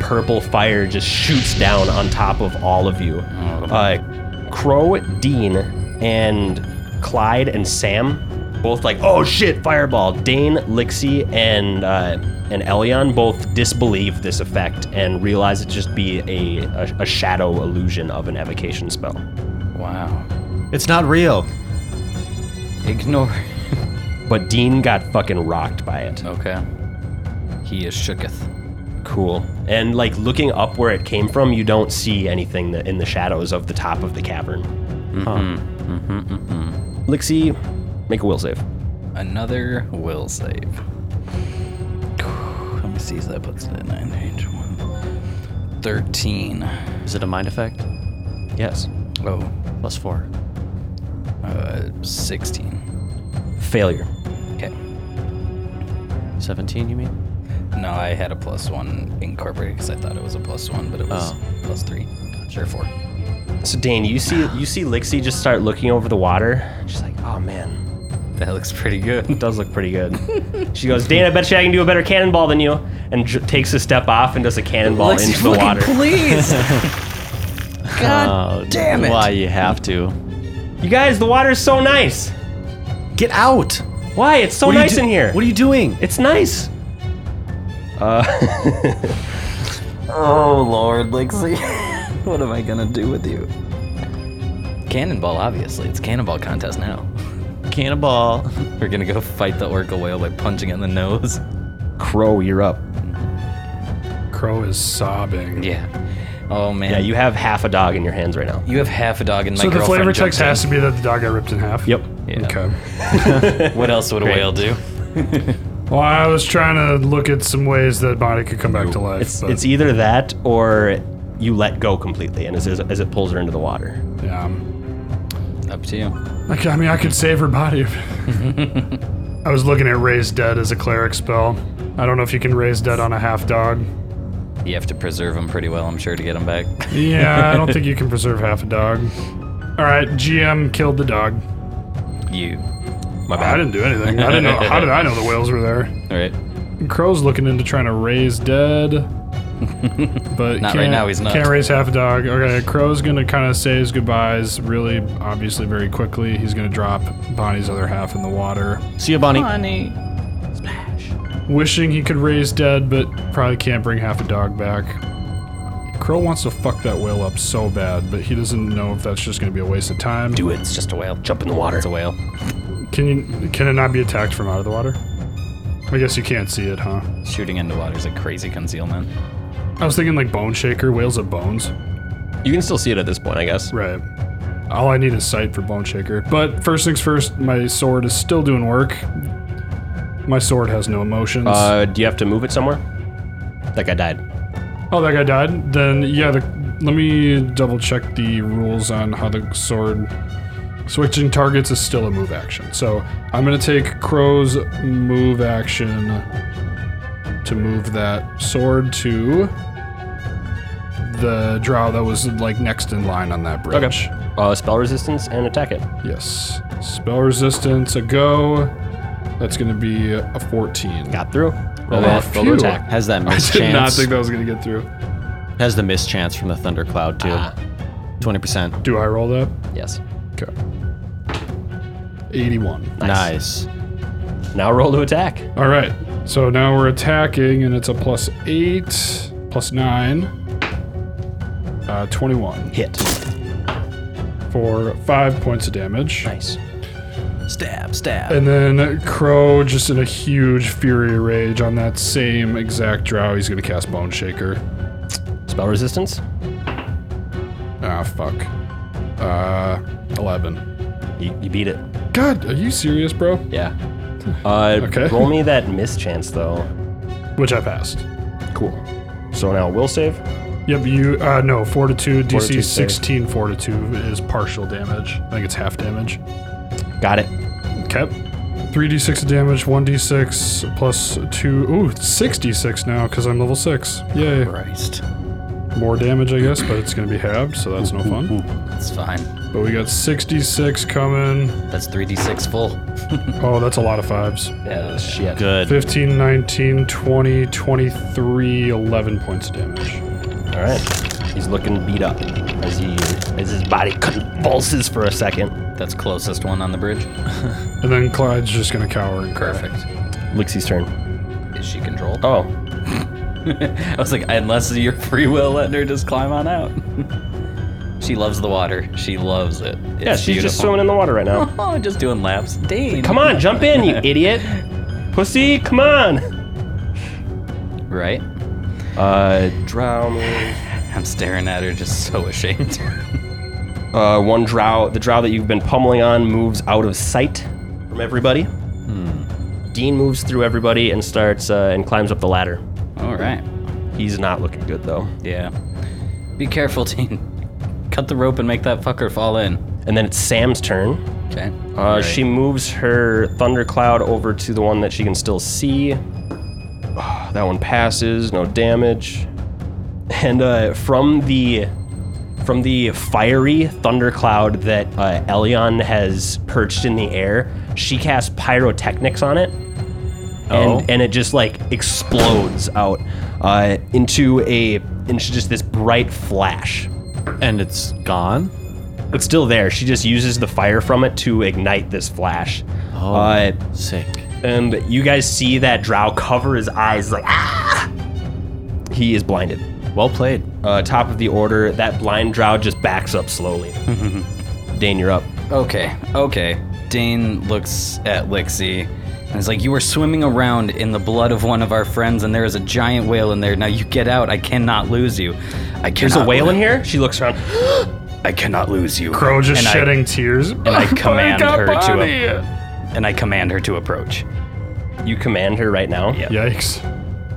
A: purple fire just shoots down on top of all of you. Uh, Crow, Dean, and Clyde and Sam, both like, "Oh shit, fireball!" Dane, Lixie, and uh, and Elion both disbelieve this effect and realize it just be a, a a shadow illusion of an evocation spell.
C: Wow.
D: It's not real.
C: Ignore. *laughs*
A: But Dean got fucking rocked by it.
C: Okay. He is shooketh.
A: Cool. And like looking up where it came from, you don't see anything that in the shadows of the top of the cavern. Mm-hmm. Mm-hmm, Lixie, make a will save.
C: Another will save. Let me see if that puts it at 9, 8, 1. 13.
D: Is it a mind effect?
A: Yes.
C: Oh,
D: Plus four.
C: uh, 16.
A: Failure.
C: Okay.
D: 17, you mean?
C: No, I had a plus one incorporated because I thought it was a plus one, but it was
D: Oh.
C: plus three. Sure, four.
A: So Dane, you see you see Lixie just start looking over the water. She's like, oh man,
C: That looks pretty good.
A: does look pretty good.
D: *laughs*
A: she goes, Dane, I bet you I can do a better cannonball than you, and j- takes a step off and does a
C: *laughs*
A: cannonball
C: Lexi,
A: into the
C: fucking
A: water. *laughs* Oh,
C: Please! God
D: Uh,
C: damn it!
D: Why you have to.
A: You guys, the water's so nice.
D: Get out!
A: Why? It's so
D: What are you
A: nice
D: do-
A: in here.
D: What are you doing?
A: It's nice.
D: Uh, *laughs*
C: Oh Lord, Lixie, *laughs* what am I gonna do with you? Cannonball, obviously. It's cannonball contest now. *laughs*
D: Cannonball.
C: We're gonna go fight the orca whale by punching it in the nose. *laughs*
A: Crow, you're up.
B: Crow is sobbing.
C: Yeah. Oh man.
A: Yeah, you have half a dog in your hands right now.
C: You have half a dog, and my
B: So the
C: girlfriend
B: flavor
C: jumps
B: text has to
C: in.
B: be that the dog got ripped in half.
A: Yep.
C: Yeah.
B: Okay.
C: What else would a whale do?
B: Well, I was trying to look at some ways that body could come back to life.
A: It's,
B: but
C: e-
A: it's either that or you let go completely, and as, as it pulls her into the water.
B: yeah.
C: Up to you.
B: Like, I mean, I could save her body.
C: *laughs*
B: I was looking at raise dead as a cleric spell. I don't know if you can raise dead on a half dog.
C: You have to preserve them pretty well, I'm sure, to get
A: *laughs*
C: them back.
B: Yeah, I don't
C: *laughs*
B: think you can preserve half a dog. All right, GM killed the dog.
C: you.
A: My
B: I
A: bad.
B: didn't do anything. I didn't know. How did I know the whales were there?
C: All right.
B: And Crow's looking into trying to raise
C: *laughs*
B: dead, but
C: Not right
B: can't-
C: now, he's not.
B: Can't raise half a dog. Okay, Crow's gonna kind of say his goodbyes really, obviously, very quickly. He's gonna drop Bonnie's other half in the water,
D: See you, Bonnie.
B: wishing he could raise dead, but probably can't bring half a dog back. Crow wants to fuck that whale up so bad, but he doesn't know if that's just gonna be a waste of time.
A: do it. Just
C: It's just a whale.
A: jump in the water.
C: It's
A: *laughs*
C: a whale.
B: Can you can it not be attacked from out of the water? I guess you can't see it, huh?
C: Shooting into water is a crazy concealment.
B: I was thinking like bone shaker, whales of bones.
A: You can still see it at this point, I guess.
B: Right. All I need is sight for bone shaker. But first things first, my sword is still doing work. My sword has no emotions.
A: Uh, do you have to move it somewhere? That guy died.
B: oh, that guy died. Then yeah, the, let me double check the rules on how the sword switching targets is still a move action. So I'm gonna take Crow's move action to move that sword to the drow that was like next in line on that bridge.
A: Uh, spell resistance and attack it.
B: Yes. Spell resistance, a go. That's going to be a 14.
A: Got through. Roll
D: Oh,
A: off. Roll to
B: phew. *laughs*
A: attack.
D: Has that
B: I
D: miss
B: did not
D: chance?
B: think that was going to get through.
D: Has the miss chance from the thundercloud too?
B: Ah.
D: Twenty percent.
B: Do I roll that?
A: Yes.
B: Okay. 81.
D: Nice.
A: Now roll to attack.
B: All right. So now we're attacking, and it's a plus 8, plus 9, uh, 21
A: Hit.
B: for 5 points of damage.
A: Nice.
D: Stab, stab.
B: And then Crow, just in a huge fury rage on that same exact drow, he's going to cast Bone Shaker.
A: Spell resistance.
B: Ah, fuck. Uh, 11.
A: You, you beat it.
B: God, are you serious, bro?
A: Yeah. Uh,
B: Okay.
A: Roll me that miss chance though.
B: Which I passed.
A: Cool. So now will save.
B: Yep, you, uh, no, fortitude, DC
A: Fortitude save.
B: 16 fortitude is partial damage. I think it's half damage.
A: Got it.
B: Okay. 3d6 damage, 1d6 plus 2, ooh, 6d6 now because I'm level 6. Yay.
C: Christ.
B: More damage, I guess, but it's going to be halved, so that's no fun.
C: That's fine.
B: But we got 66 coming.
C: That's 3d6 full.
B: Oh, that's a lot of fives.
A: Yeah. Shit.
D: Good.
B: 15, 19, 20, 23, 11 points of damage.
A: All right. He's looking beat up as he as his body *laughs* convulses for a second.
C: That's closest one on
A: *laughs*
C: the bridge.
B: And then Clyde's just going to cower and cry.
C: Perfect.
A: Lixie's turn.
C: Is she controlled?
A: Oh.
C: *laughs* I was like, unless your free will letting her just climb on out. *laughs* she loves the water. She loves it. It's
A: Yeah, she's just
C: beautiful.
A: swimming in the water right now.
C: *laughs* Oh, just doing laps. Dang.
A: Come on, jump in,
C: *laughs*
A: you idiot. Pussy, come on.
C: Right?
A: Uh, drow me.
C: I'm staring at her, just so ashamed. *laughs*
A: Uh, one drow, the drow that you've been pummeling on, moves out of sight from everybody. Dean moves through everybody and starts uh, and climbs up the ladder.
C: All right.
A: He's not looking good though.
C: Yeah. Be careful, *laughs* Teen. Cut the rope and make that fucker fall in.
A: And then it's Sam's turn.
C: Okay.
A: Uh, She moves her thundercloud over to the one that she can still see. *sighs* Ah, that one passes, no damage. *laughs* And uh, from the from the fiery thundercloud that uh, Elion has perched in the air, she casts pyrotechnics on it, and and it just like explodes out uh, into a into just this bright flash.
D: And it's gone.
A: It's still there. She just uses the fire from it to ignite this flash.
D: Oh,
A: Uh,
D: sick.
A: and you guys see that drow cover his eyes like ah! He is blinded.
D: Well played.
A: Uh, top of the order, that blind drow just backs up slowly.
C: *laughs*
A: Dane, you're up.
C: Okay. Okay. Dane looks at Lixie And it's like, You are swimming around in the blood of one of our friends, and there is a giant whale in there. Now you get out. I cannot lose you. I cannot
A: There's a whale in here? She looks around. *gasps*
C: I cannot lose you.
B: Crow just
C: And I-
B: shedding tears. *laughs*
C: *laughs*
B: Oh,
C: and I command
B: got
C: her to
B: body.
C: a- and I command her to approach.
A: You command her right now.
C: Yeah.
B: Yikes.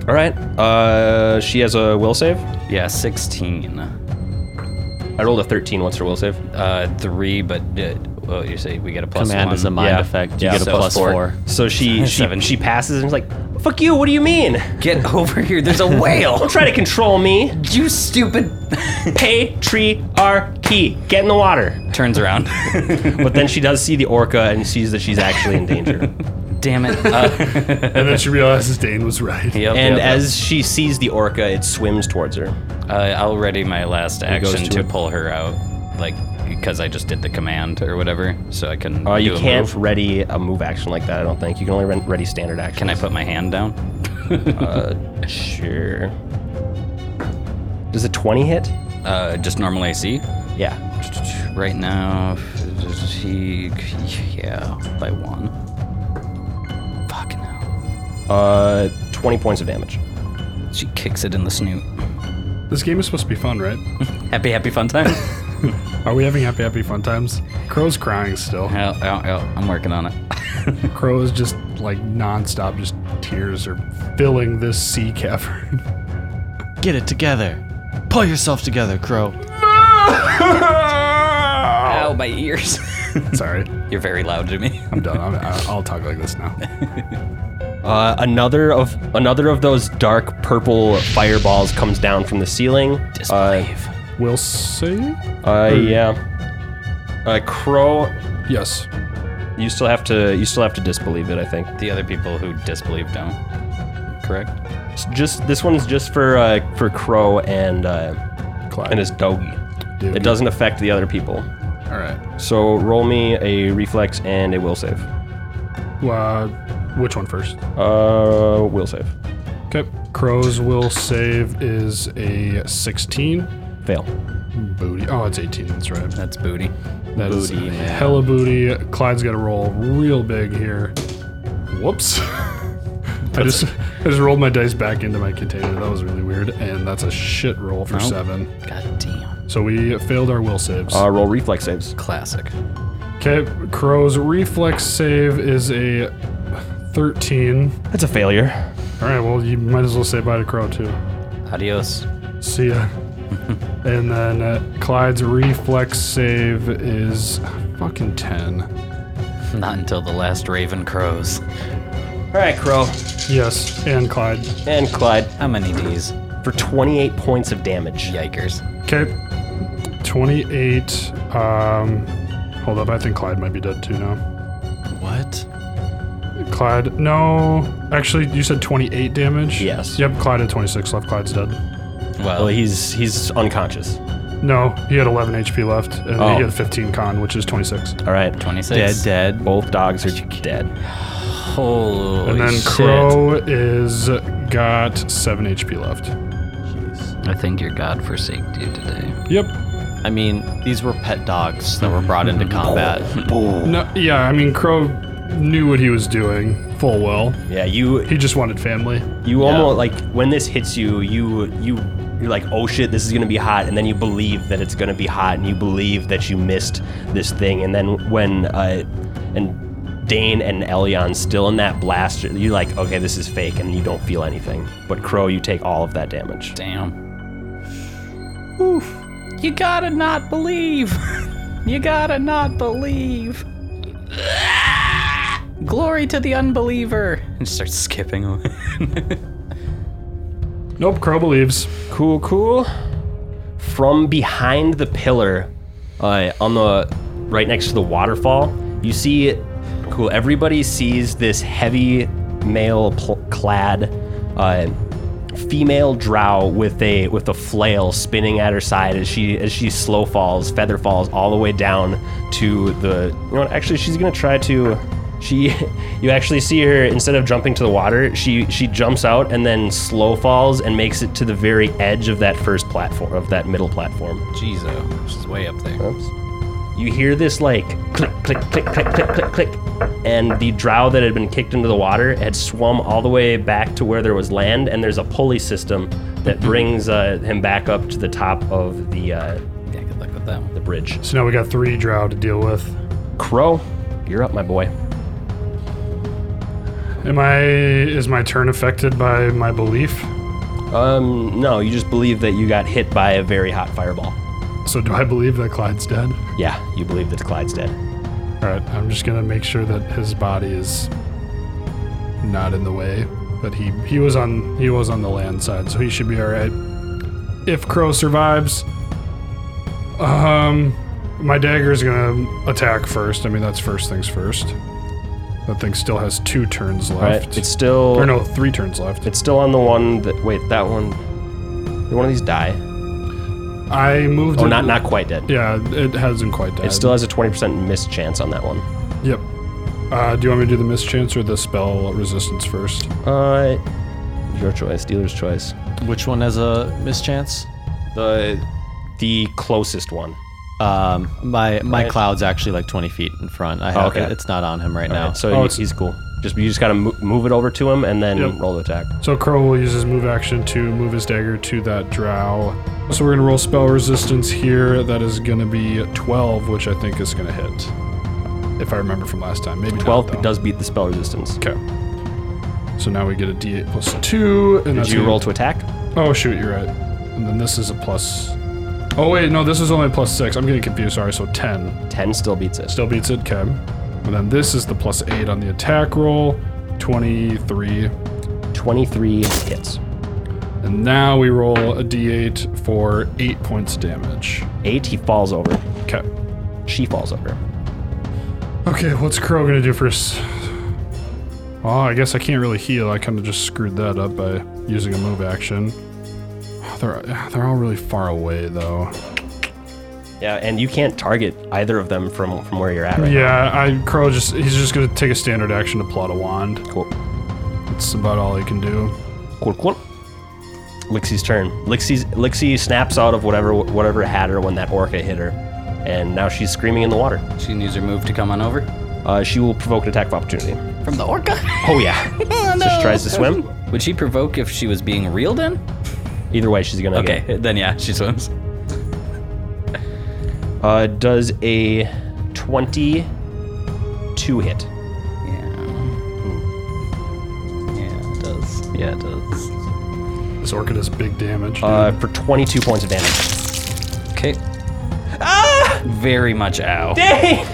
A: All right. Uh, she has a will save.
C: Yeah, 16.
A: I rolled a 13. What's her will save?
C: Uh, 3, but uh, well, you say we get a plus
D: Command
C: one.
D: is a mind
A: Yeah.
D: effect. You
A: Yeah,
D: get a
A: so
D: plus
A: four.
D: four.
A: So
C: *laughs*
A: she she,
C: Seven.
A: she passes and is like, "Fuck you! What do you mean?
C: Get *laughs* over here. There's a whale.
A: Don't try to control me."
C: you stupid.
A: Patriarchy. Get in the water.
C: *laughs* Turns around.
A: But then she does see the orca and sees that she's actually in
C: *laughs*
A: danger.
C: *laughs* Damn it. Uh,
B: And then she realizes Dane was right.
C: yep,
A: And
C: yep,
A: as she sees the orca, it swims towards her.
C: yep. uh, I'll ready my last action
A: to
C: to
A: it.
C: pull her out, like because I just did the command or whatever, so I can.
A: Uh, you
C: do a
A: can't
C: move.
A: ready a move action like that. I don't think you can only re- ready standard action.
C: Can I put my hand down?
A: Uh, sure. Does a twenty hit?
C: Uh, just normal AC.
A: Yeah.
C: Right now, he yeah by one. Fucking hell!
A: Uh, twenty points of damage.
C: She kicks it in the snoot.
B: This game is supposed to be fun, right?
C: Happy, happy
A: *laughs*
C: fun time.
B: Are we having happy, happy fun times? Crow's crying still.
C: ow, ow, ow. I'm working on it.
B: Crow is just like nonstop, just tears are filling this sea cavern. *laughs*
D: Get it together. Pull yourself together, Crow.
C: Ow, my *laughs* ears.
B: Ah! Sorry,
C: You're very loud to me. *laughs*
B: I'm done. I'm, I'll I'll talk like this now.
A: Uh, another of another of those dark purple fireballs comes down from the ceiling. Uh,
C: Disbelieve.
B: Will save?
A: uh, yeah. Uh, Crow,
B: Yes.
A: you still have to you still have to disbelieve it. I think.
C: the other people who disbelieve don't. Correct.
A: It's just this one's just for uh, for Crow and uh,
B: Clyde.
A: and his doggy.
B: Doggy.
A: It doesn't affect the other people.
B: All right.
A: So roll me a reflex and a will save.
B: Uh, which one first?
A: Uh, will save.
B: Okay. Crow's will save is a 16.
A: Fail.
B: Booty. Oh, it's 18. That's right.
C: That's booty.
B: That is hella booty. Clyde's got to roll real big here. Whoops. *laughs* I just I just rolled my dice back into my container. That was really weird. And that's a shit roll for seven.
C: God damn.
B: So we failed our will saves.
A: Uh, roll reflex saves.
C: Classic.
B: Okay. Crow's reflex save is a 13.
A: That's a failure.
B: All right. Well, you might as well say bye to Crow too.
C: Adios. *laughs*
B: See *laughs* ya. and then uh, Clyde's reflex save is fucking 10.
C: Not until the last raven crows.
A: All right, Crow
B: Yes, and Clyde.
A: and Clyde
C: How many D's?
A: for 28 points of damage.
C: Yikers.
B: Okay. 28. Um, hold up. I think Clyde might be dead too now.
D: What?
B: Clyde. No. Actually, you said 28 damage?
A: Yes.
B: Yep, Clyde at 26 left. Clyde's dead.
A: Well,
C: Well,
A: Uh, he's he's unconscious.
B: No, he had 11 HP left, and
A: Oh.
B: he had 15 con, which is 26.
A: All right.
C: 26.
D: Dead, dead.
A: Both dogs are dead.
C: Holy
B: and then
C: shit.
B: Crow is got 7 HP left.
C: I think your God forsake you today.
B: Yep.
D: I mean, these were pet dogs that were brought
B: *laughs*
D: into combat.
B: No, yeah, I mean, Crow knew what he was doing full well.
A: Yeah, you
B: He just wanted family.
A: You almost like when this hits you, you you you're like, oh shit, this is gonna be hot, and then you believe that it's gonna be hot, and you believe that you missed this thing, and then when uh, and Dane and Elyon still in that blast, you're like, okay, this is fake, and you don't feel anything. But Crow, you take all of that damage.
C: Damn. Oof. You gotta not believe. *laughs* You gotta not believe. Glory to the unbeliever. And starts skipping away. *laughs*
B: Nope, Crow believes.
A: Cool, cool. From behind the pillar, uh, on the right next to the waterfall, you see. Cool. Everybody sees this heavy male pl- clad uh, female drow with a with a flail spinning at her side as she as she slow falls, feather falls all the way down to the. You know what? Actually, she's gonna try to. She, *laughs* you actually see her instead of jumping to the water, she she jumps out and then slow falls and makes it to the very edge of that first platform of that middle platform.
C: Jeez, oh, she's way up there.
A: Oops. You hear this like click, click, click, click, click, click, click, and the drow that had been kicked into the water had swum all the way back to where there was land, and there's a pulley system that brings uh, him back up to the top of the uh,
C: Yeah, good luck with that one.
A: the bridge.
B: So now we got three drow to deal with.
A: Crow, you're up, my boy.
B: Am I is my turn affected by my belief?
A: Um, no, you just believe that you got hit by a very hot fireball.
B: So do I believe that Clyde's dead?
A: Yeah, you believe that Clyde's dead.
B: All right, I'm just gonna make sure that his body is not in the way. But he he was on he was on the land side, so he should be all right. If Crow survives, um, my dagger is gonna attack first. I mean, that's first things first. That thing still has two turns
A: All
B: left.
A: right, it's still
B: or no, three turns left.
A: It's still on the one that wait, that one. Did one of these die?
B: I moved.
A: Oh,
B: it- Um,
A: not not quite dead.
B: Yeah, it hasn't quite died.
A: It still has a twenty percent miss chance on that one.
B: Yep. Uh, do you want me to do the mischance or the spell resistance first?
A: Uh, your choice, dealer's choice.
D: Which one has a mischance?
A: The the closest one.
D: Um, my my
A: Right.
D: cloud's actually like 20 feet in front. I have,
A: okay.
D: It's not on him right now.
A: Alright, so
B: Oh,
A: he-
B: it's-
A: he's cool. Just you just gotta mo- move it over to him and then
B: Yep.
A: roll the attack.
B: So Crow will use his move action to move his dagger to that drow. So we're gonna roll spell resistance here. That is gonna be 12, which I think is gonna hit, if I remember from last time. Maybe
A: Twelve
B: Not, though.
A: does beat the spell resistance.
B: Okay. So now we get a D8 plus two, and
A: Did
B: that's
A: you
B: gonna-
A: roll to attack?
B: Oh shoot, you're right. And then this is a plus. Oh wait, no, this is only a plus six. I'm getting confused. Sorry, so 10.
A: Ten still beats it.
B: Still beats it, okay. And then this is the plus eight on the attack roll, 23.
A: Twenty-three hits.
B: And now we roll a d8 for eight points of damage.
A: Eight. He falls over.
B: Okay.
A: She falls over.
B: Okay, what's Crow gonna do first? Oh, I guess I can't really heal. I kind of just screwed that up by using a move action. They're, they're all really far away, though.
A: Yeah, and you can't target either of them from from where you're at right
B: Yeah, I Crow just he's just gonna take a standard action to plot a wand.
A: now. Cool.
B: That's about all he can do.
A: Cool, cool. Lixie's turn. Lixie's, Lixie snaps out of whatever whatever had her when that orca hit her, and now she's screaming in the water.
C: She needs her move to come on over.
A: Uh, she will provoke an attack of opportunity.
C: From the orca?
A: Oh yeah! *laughs* So she
C: *laughs*
A: tries to swim.
C: Would she provoke if she was being reeled in?
A: Either way, she's gonna.
C: Okay,
A: Get.
C: then yeah, she swims.
A: Uh, does a twenty-two hit?
C: Yeah. Yeah, it does. Yeah, it does.
B: This orchid does big damage.
A: Uh, for twenty-two points of damage.
C: Okay. Ah! Very much ow. *laughs*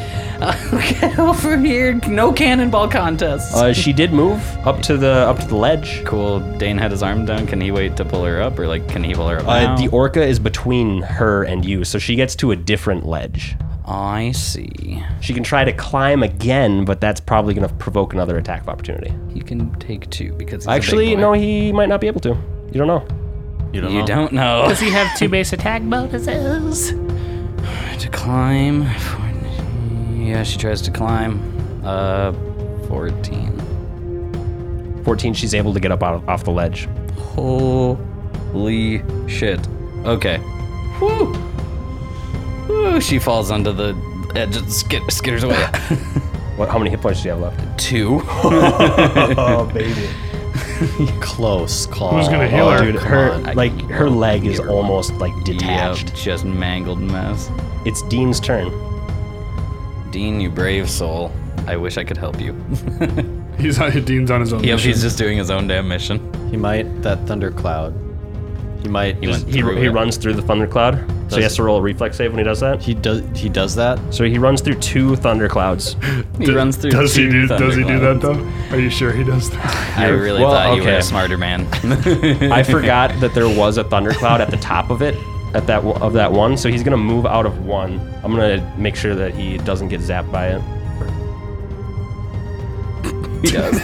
C: Get over here. No cannonball contests.
A: Uh, she did move up to the up to the ledge.
C: Oh,
A: Uh,
C: cool. Dane had his arm down. Can he wait to pull her up, or like, can he pull her up
A: Uh,
C: now?
A: The orca is between her and you, so she gets to a different ledge.
C: I see.
A: She can try to climb again, but that's probably going to provoke another attack of opportunity.
C: He can take two because he's
A: Actually,
C: a big boy.
A: no, he might not be able to. You don't know.
D: you don't
C: You
D: know.
C: don't know. *laughs*
E: Does he have two base attack bonuses?
C: to climb. 14. Yeah, she tries to climb. Uh, 14.
A: 14, she's able to get up out, off the ledge.
C: Holy shit. Okay. Whew. Whew, she falls onto the edge and skid, skitters away. *laughs*
A: What? How many hit points do you have left?
C: two. *laughs*
A: Oh,
D: Close call. Oh,
B: Who's gonna heal her?
D: Dude,
A: Oh, Dude, her
D: on.
A: like her leg is
C: Either
A: almost like
C: Yeah,
A: detached.
C: just mangled mess.
A: It's Dean's turn.
C: Dean, you brave soul. I wish I could help you.
B: he's *laughs* on, Dean's on his own.
C: *laughs* yep,
B: mission.
C: he's just doing his own damn mission.
D: He might that thundercloud. He might. He,
A: He,
C: Through
A: he
C: it.
A: runs through the thundercloud, so he has to roll a reflex save when he does that.
D: he does. He does that.
A: So he runs through two thunderclouds.
C: He runs through
B: Does he do?
C: two
B: Does he do that
C: thunderclouds.
B: though? Are you sure he does that?
C: I really
A: Well,
C: thought you were
A: okay.
C: a smarter *laughs* man.
A: I forgot that there was a thundercloud at the top of it, at that o- of that one. So he's gonna move out of one. I'm gonna make sure that he doesn't get zapped by it. *laughs*
C: he does.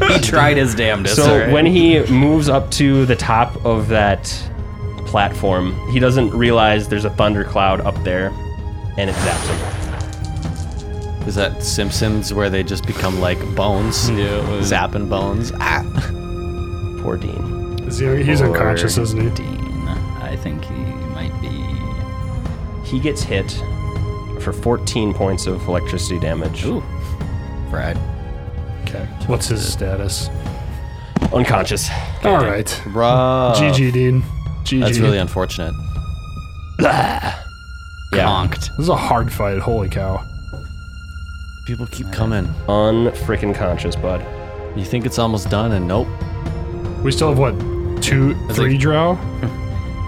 C: he tried his damnedest.
A: So
C: alright.
A: when he moves up to the top of that platform, he doesn't realize there's a thundercloud up there, and it zaps him.
D: Is that Simpsons where they just become like bones?
C: Yeah, it was-
D: Zapping bones. Ah.
A: Poor Dean.
B: Is he- he's unconscious, isn't he?
C: Dean, I think he might be.
A: He gets hit for 14 points of electricity damage.
C: Fried.
B: Okay. What's his status?
A: Unconscious.
B: All right.
D: Bruh.
C: Uh,
B: GG, Dean. GG.
D: That's really unfortunate.
A: Yeah.
C: Conked.
B: This is a hard fight. Holy cow.
D: People keep coming.
A: Unfreaking conscious, bud.
D: You think it's almost done, and nope.
B: We still have what? Two, three
C: like-
B: draw?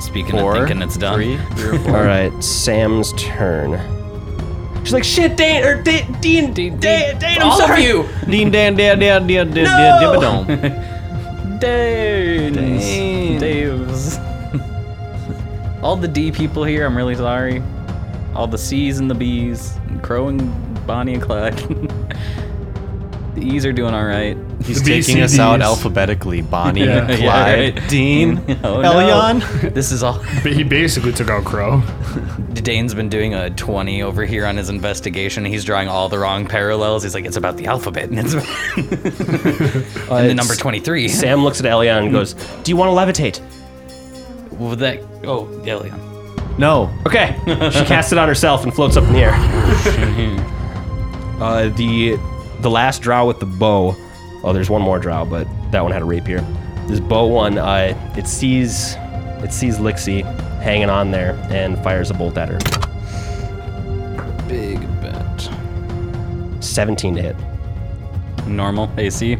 C: Speaking of thinking it's done. *laughs*
D: Three.
A: All right, Sam's turn. She's like, shit, Dan, or Dan, Dan, Dan, Dan, I'm
C: All of
A: sorry.
D: *laughs*
C: you!
D: Ding, dan, dan, dan, dan, dan,
A: No!
D: dan, dibba, dong.
C: Daves. All the D people here, I'm really sorry. All the C's and the B's. And Crow and Bonnie and Clyde. *laughs* the E's are doing all right. *laughs*
D: He's
B: The
D: taking us out
B: BCDs.
D: alphabetically. Bonnie,
B: Yeah.
D: Clyde,
C: Yeah, right.
D: Dean,
C: *laughs* Oh, no.
D: Elion.
C: This is
D: *laughs*
C: all.
B: But he basically took out Crow.
C: Dane's been doing a 20 over here on his investigation. He's drawing all the wrong parallels. He's like, it's about the alphabet. *laughs* And it's and the number 23.
A: Sam looks at Elion and goes, do you want to levitate?
C: Well, that. Oh, Elion.
D: No.
A: Okay. she casts it on herself and floats up in the air. uh, the the last draw with the bow. Oh, there's one more draw, but that one had a rapier. This bow one, uh, it sees it sees Lixie hanging on there and fires a bolt at her.
C: Big bet.
A: 17 to hit.
C: *laughs* Normal AC.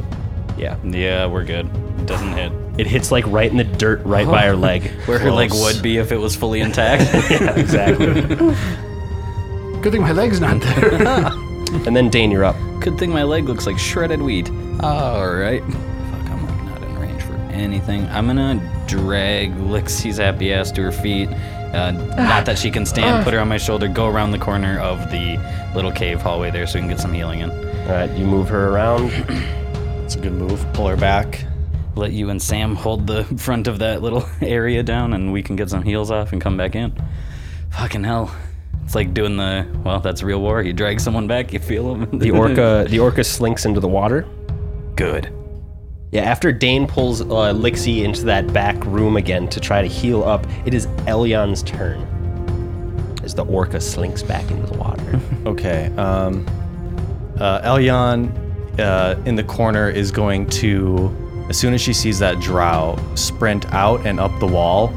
A: Yeah.
C: Yeah, we're good. Doesn't hit.
A: It hits like right in the dirt, right by
C: Oh.
A: her
C: *laughs*
A: leg.
C: Where her leg
A: Close.
C: would be if it was fully *laughs* intact.
A: yeah, exactly.
B: Good thing my leg's not there. *laughs*
A: and then Dane, you're up.
C: Good thing my leg looks like shredded wheat. All right. Fuck, I'm like not in range for anything. I'm gonna drag Lixie's happy ass to her feet. Uh, not that she can stand. Put her on my shoulder. Go around the corner of the little cave hallway there, so we can get some healing in.
A: All right, you move her around.
D: It's a good move. Pull her back.
C: Let you and Sam hold the front of that little *laughs* area down, and we can get some heals off and come back in. Fucking hell. It's like doing the well. That's real war. You drag someone back, you feel them.
A: The
C: *laughs*
A: orca, the orca slinks into the water.
C: Good.
A: Yeah, after Dane pulls uh, Lixie into that back room again to try to heal up, it is Elion's turn. As the orca slinks back into the water.
D: Okay. Um, uh, Elyon uh, in the corner is going to, as soon as she sees that drow, sprint out and up the wall.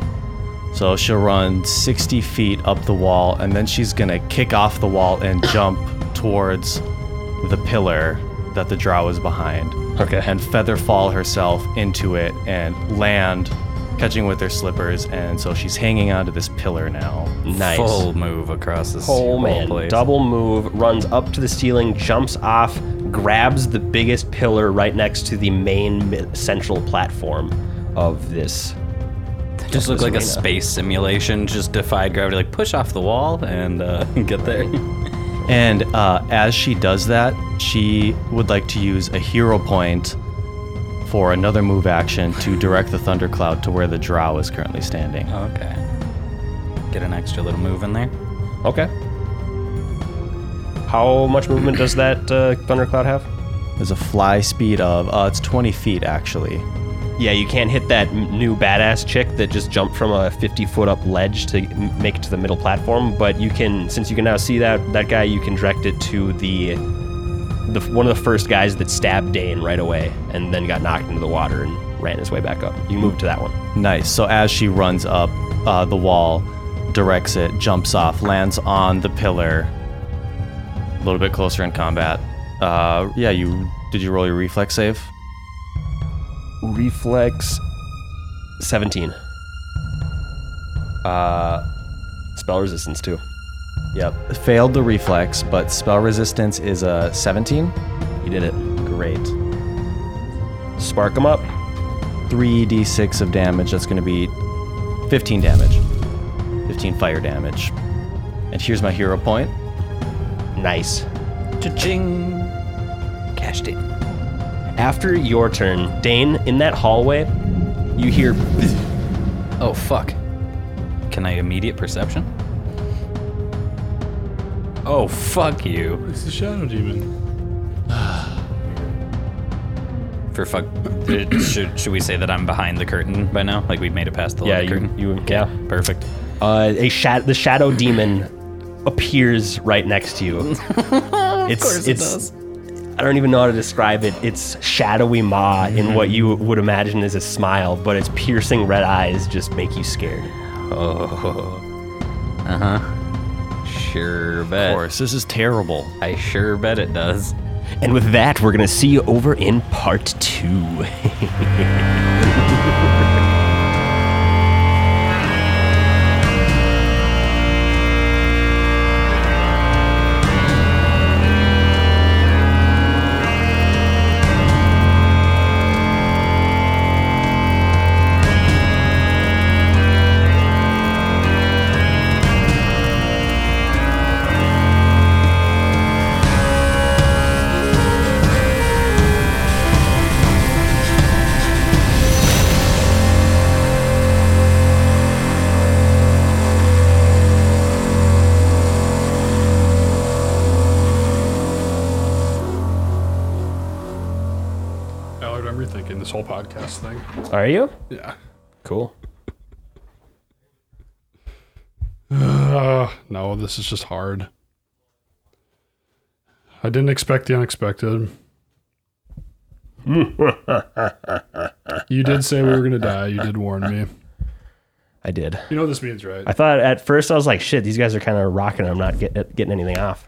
D: So she'll run 60 feet up the wall, and then she's going to kick off the wall and jump towards the pillar that the drow is behind.
A: Okay.
D: And feather fall herself into it and land, catching with her slippers. And so she's hanging onto this pillar now.
A: nice.
C: Full move across this
A: Oh
C: whole
A: man.
C: place.
A: Double move, runs up to the ceiling, jumps off, grabs the biggest pillar right next to the main mi- central platform of this.
C: Just looked like a
A: Arena.
C: space simulation. Just defied gravity. Like push off the wall and uh, *laughs* get there.
D: And uh, as she does that, she would like to use a hero point for another move action to direct the thundercloud to where the drow is currently standing.
C: okay. Get an extra little move in there.
A: Okay. How much movement does that uh, thundercloud have?
D: There's a fly speed of uh, it's 20 feet actually.
A: Yeah, you can't hit that m- new badass chick that just jumped from a 50 foot up ledge to m- make it to the middle platform, but you can, since you can now see that that guy, you can direct it to the, the one of the first guys that stabbed Dane right away and then got knocked into the water and ran his way back up. You move to that one.
D: Nice. So as she runs up uh, the wall, directs it, jumps off, lands on the pillar. A little bit closer in combat. Uh, yeah, you did you roll your reflex save?
A: Reflex 17. Uh, spell resistance too. Yep,
D: Failed the reflex, but spell resistance is a 17.
A: you did it.
D: Great.
A: Spark him up.
D: 3d6 of damage. That's going to be 15 damage. 15 fire damage. And here's my hero point.
A: Nice.
C: Cha-ching. Cashed it.
A: After your turn, Dane, in that hallway, you hear
C: Oh fuck. Can I immediate perception? Oh fuck you.
B: It's the Shadow Demon.
C: For fuck. uh, *coughs* should, should we say that I'm behind the curtain by now? Like we've made it past the
A: Yeah,
C: leather
A: you,
C: curtain.
A: you yeah.
C: Perfect.
A: Uh, a sha- the shadow demon appears right next
C: *laughs*
A: to you. it's,
C: course it
A: it's,
C: does.
A: I don't even know how to describe it. It's shadowy maw in what you would imagine is a smile, but its piercing red eyes just make you scared.
C: Oh. Uh huh. Sure bet.
D: Of course, this is terrible.
C: I sure bet it does.
A: And with that, we're gonna see you over in part two.
B: Allard, I'm rethinking this whole podcast
A: *laughs*
B: thing.
A: Are you?
B: Yeah.
A: Cool.
B: Uh, no, this is just hard. I didn't expect the unexpected. you did say we were gonna die. You did warn me.
A: I did.
B: You know what this means, right?
A: I thought at first I was like, shit, these guys are kind of rocking. I'm not get, getting anything off.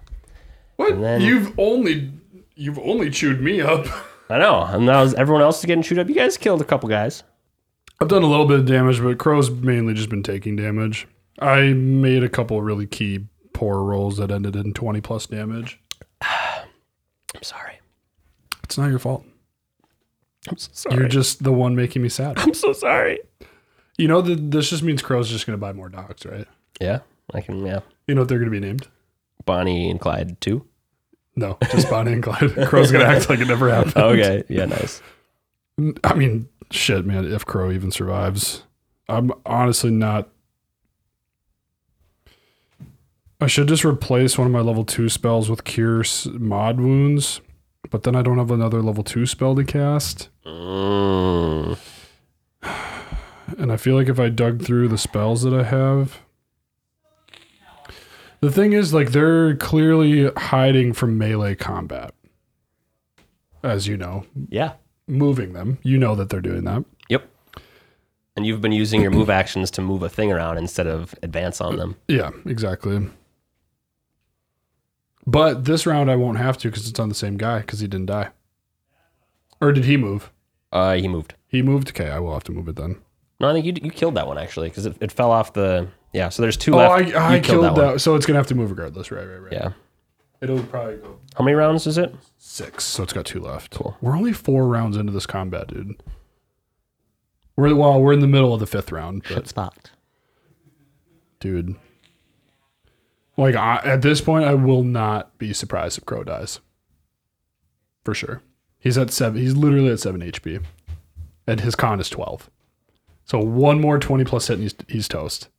B: What?
A: then-
B: You've only you've only chewed me up.
A: I know. And now everyone else is getting chewed up. You guys killed a couple guys.
B: *laughs* I've done a little bit of damage, but Crow's mainly just been taking damage. I made a couple really key poor rolls that ended in 20 plus damage.
A: I'm sorry.
B: It's not your fault.
A: I'm so sorry.
B: You're just the one making me sad.
A: I'm so sorry.
B: You know, th- this just means Crow's just going to buy more dogs, right?
A: Yeah, I can. Yeah,
B: You know what they're going to be named?
A: Bonnie and Clyde too.
B: No, just Bonnie and Clyde. *laughs* Crow's going to act like it never happened.
A: Okay. *laughs* yeah. Nice.
B: I mean, shit, man, if Crow even survives, I'm honestly not. I should just replace one of my level 2 spells with Cure S- Mod Wounds, but then I don't have another level 2 spell to cast. *sighs*
A: Mm.
B: And I feel like if I dug through the spells that I have. The thing is, like, they're clearly hiding from melee combat. As you know,
A: Yeah.
B: moving them, you know that they're doing that.
A: Yep. And you've been using your move actions to move a thing around instead of advance on them.
B: Yeah, exactly. But this round I won't have to because it's on the same guy because he didn't die. Or did he move?
A: Uh, he moved.
B: He moved. Okay, I will have to move it then.
A: No, I think you you killed that one actually because it, it fell off the. Yeah. So there's two
B: Oh,
A: left.
B: I, I
A: You
B: killed, that,
A: one.
B: So it's gonna have to move regardless. Right, right, right.
A: Yeah.
B: It'll probably go
A: How many rounds is it?
B: six. So it's got two left.
A: Cool.
B: We're only four rounds into this combat, dude. We're well, we're in the middle of the fifth round, but
E: Fucked.
B: dude, like I, at this point, I will not be surprised if Crow dies. For sure, he's at seven. He's literally at seven HP, and his con is twelve. So one more twenty plus hit, and he's he's toast.